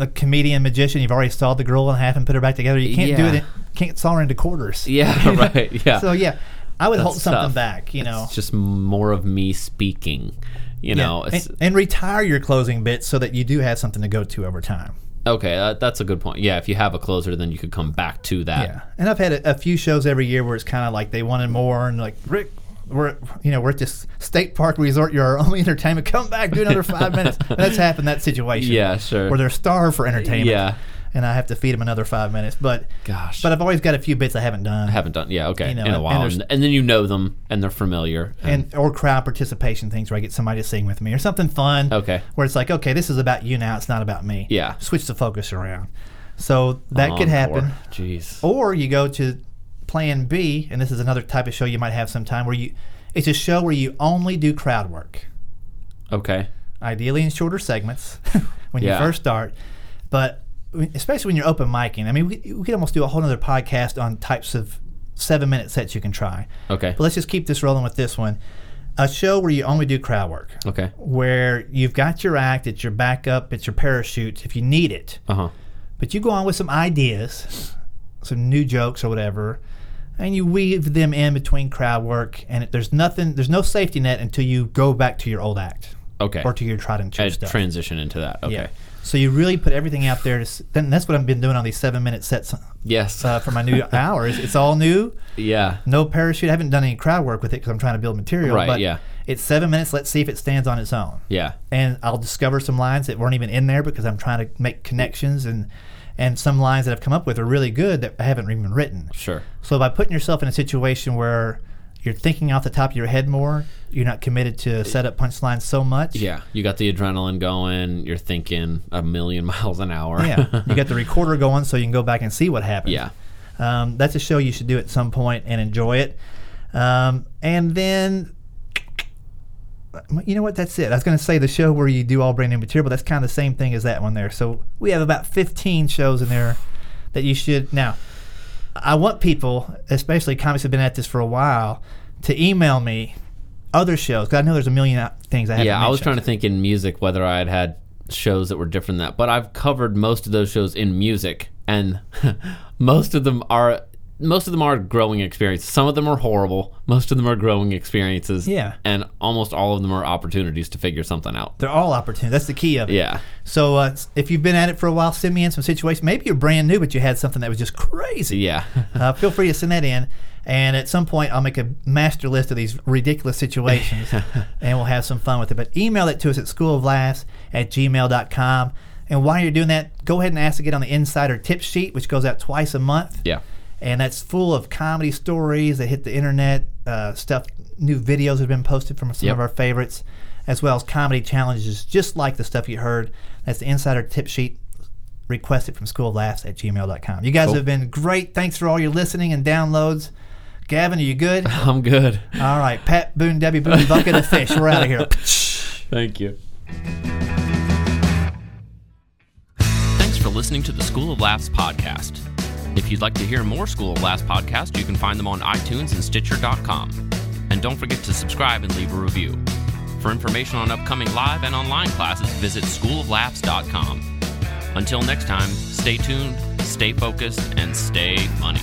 Speaker 2: a comedian magician, you've already sawed the girl in half and put her back together. You can't do
Speaker 3: Yeah.
Speaker 2: it. In, can't saw her into quarters.
Speaker 3: Yeah. [LAUGHS]
Speaker 2: [LAUGHS]
Speaker 3: Right. Yeah.
Speaker 2: So yeah, I would hold
Speaker 3: That's
Speaker 2: something
Speaker 3: tough.
Speaker 2: back. You know.
Speaker 3: it's just more of me speaking you
Speaker 2: Yeah.
Speaker 3: know it's,
Speaker 2: and, and retire your closing bits so that you do have something to go to over time.
Speaker 3: okay that, that's a good point yeah if you have a closer then you could come back to that
Speaker 2: Yeah. And I've had a, a few shows every year where it's kind of like they wanted more and like Rick. We're you know we're at this state park resort. You're our [LAUGHS] only entertainment. Come back, do another five
Speaker 3: [LAUGHS]
Speaker 2: minutes. And that's happened that situation.
Speaker 3: Yeah, sure.
Speaker 2: Where they're starved for entertainment.
Speaker 3: Yeah.
Speaker 2: And I have to feed them another five minutes. But
Speaker 3: Gosh.
Speaker 2: But I've always got a few bits I haven't done.
Speaker 3: I haven't done yeah okay
Speaker 2: You know,
Speaker 3: in a
Speaker 2: and
Speaker 3: while
Speaker 2: there's-
Speaker 3: and, and then you know them and they're familiar
Speaker 2: and or crowd participation things where I get somebody to sing with me or something fun.
Speaker 3: Okay.
Speaker 2: Where it's like, okay, this is about you now. It's not about me.
Speaker 3: Yeah.
Speaker 2: Switch the focus around. So that could
Speaker 3: Encore.
Speaker 2: happen.
Speaker 3: jeez
Speaker 2: Or you go to Plan B, and this is another type of show you might have sometime where you, it's a show where you only do crowd work,
Speaker 3: okay
Speaker 2: ideally in shorter segments [LAUGHS] when
Speaker 3: Yeah.
Speaker 2: you first start, but when- especially when you're open micing. I mean, we, we could almost do a whole other podcast on types of seven minute sets you can try.
Speaker 3: okay
Speaker 2: But let's just keep this rolling with this one. A show where you only do crowd work,
Speaker 3: okay
Speaker 2: where you've got your act, it's your backup, it's your parachute if you need it.
Speaker 3: uh-huh
Speaker 2: But you go on with some ideas, some new jokes or whatever, and you weave them in between crowd work. And it, there's nothing, there's no safety net until you go back to your old act
Speaker 3: okay
Speaker 2: or to your tried and true
Speaker 3: I
Speaker 2: stuff.
Speaker 3: transition into that okay
Speaker 2: Yeah. So you really put everything out there. To, s- then that's what I've been doing on these seven minute sets
Speaker 3: yes
Speaker 2: uh, for
Speaker 3: [LAUGHS]
Speaker 2: my new hours. It's all new
Speaker 3: yeah
Speaker 2: no parachute. I haven't done any crowd work with it because I'm trying to build material.
Speaker 3: Right,
Speaker 2: But
Speaker 3: yeah.
Speaker 2: It's seven minutes. Let's see if it stands on its own.
Speaker 3: yeah
Speaker 2: And I'll discover some lines that weren't even in there because I'm trying to make connections and and some lines that I've come up with are really good that I haven't even written.
Speaker 3: sure
Speaker 2: So by putting yourself in a situation where you're thinking off the top of your head more, you're not committed to set up punchlines so much.
Speaker 3: yeah you got the adrenaline going you're thinking a million [LAUGHS] miles an hour
Speaker 2: Yeah. you got the recorder going so you can go back and see what happened.
Speaker 3: [LAUGHS] yeah
Speaker 2: Um, that's a show you should do at some point and enjoy it. Um, and then, you know what? That's it. I was going to say the show where you do all brand new material, but that's kind of the same thing as that one there. So we have about 15 shows in there that you should. Now, I want people, especially comics who've been at this for a while, to email me other shows because I know there's a million uh, things I haven't.
Speaker 3: Yeah, I was
Speaker 2: mentioned.
Speaker 3: trying to think in music whether I had had shows that were different than [LAUGHS] that, but I've covered most of those shows in music, and most of them are most of them are growing experiences. Some of them are horrible. Most of them are growing experiences.
Speaker 2: Yeah.
Speaker 3: And almost all of them are opportunities to figure something out.
Speaker 2: They're all opportunities. That's the key of it.
Speaker 3: Yeah.
Speaker 2: So uh, s- if you've been at it for a while, send me in some situations. Maybe you're brand new, but you had something that was just crazy.
Speaker 3: Yeah. [LAUGHS]
Speaker 2: [LAUGHS] Uh, feel free to send that in. And at some point, I'll make a master list of these ridiculous situations and we'll have some fun with it. But email it to us at schooloflaughs at gmail.com. And while you're doing that, go ahead and ask to get on the insider tip sheet, which goes out twice a month.
Speaker 3: Yeah.
Speaker 2: And that's full of comedy stories that hit the internet, uh, stuff, new videos have been posted from some
Speaker 3: Yep.
Speaker 2: of our favorites, as well as comedy challenges, just like the stuff you heard. That's the insider tip sheet requested from school of laughs at gmail.com. You guys have been great. Thanks for all your listening and downloads. Gavin, are you good?
Speaker 3: I'm good.
Speaker 2: all right. Pat Boone, Debbie Boone, Bucket of Fish. We're out of here.
Speaker 3: Thank you.
Speaker 1: Thanks for listening to the School of Laughs podcast. If you'd like to hear more School of Laughs podcasts, you can find them on iTunes and Stitcher.com. And don't forget to subscribe and leave a review. For information on upcoming live and online classes, visit schooloflaughs.com. Until next time, stay tuned, stay focused, and stay funny.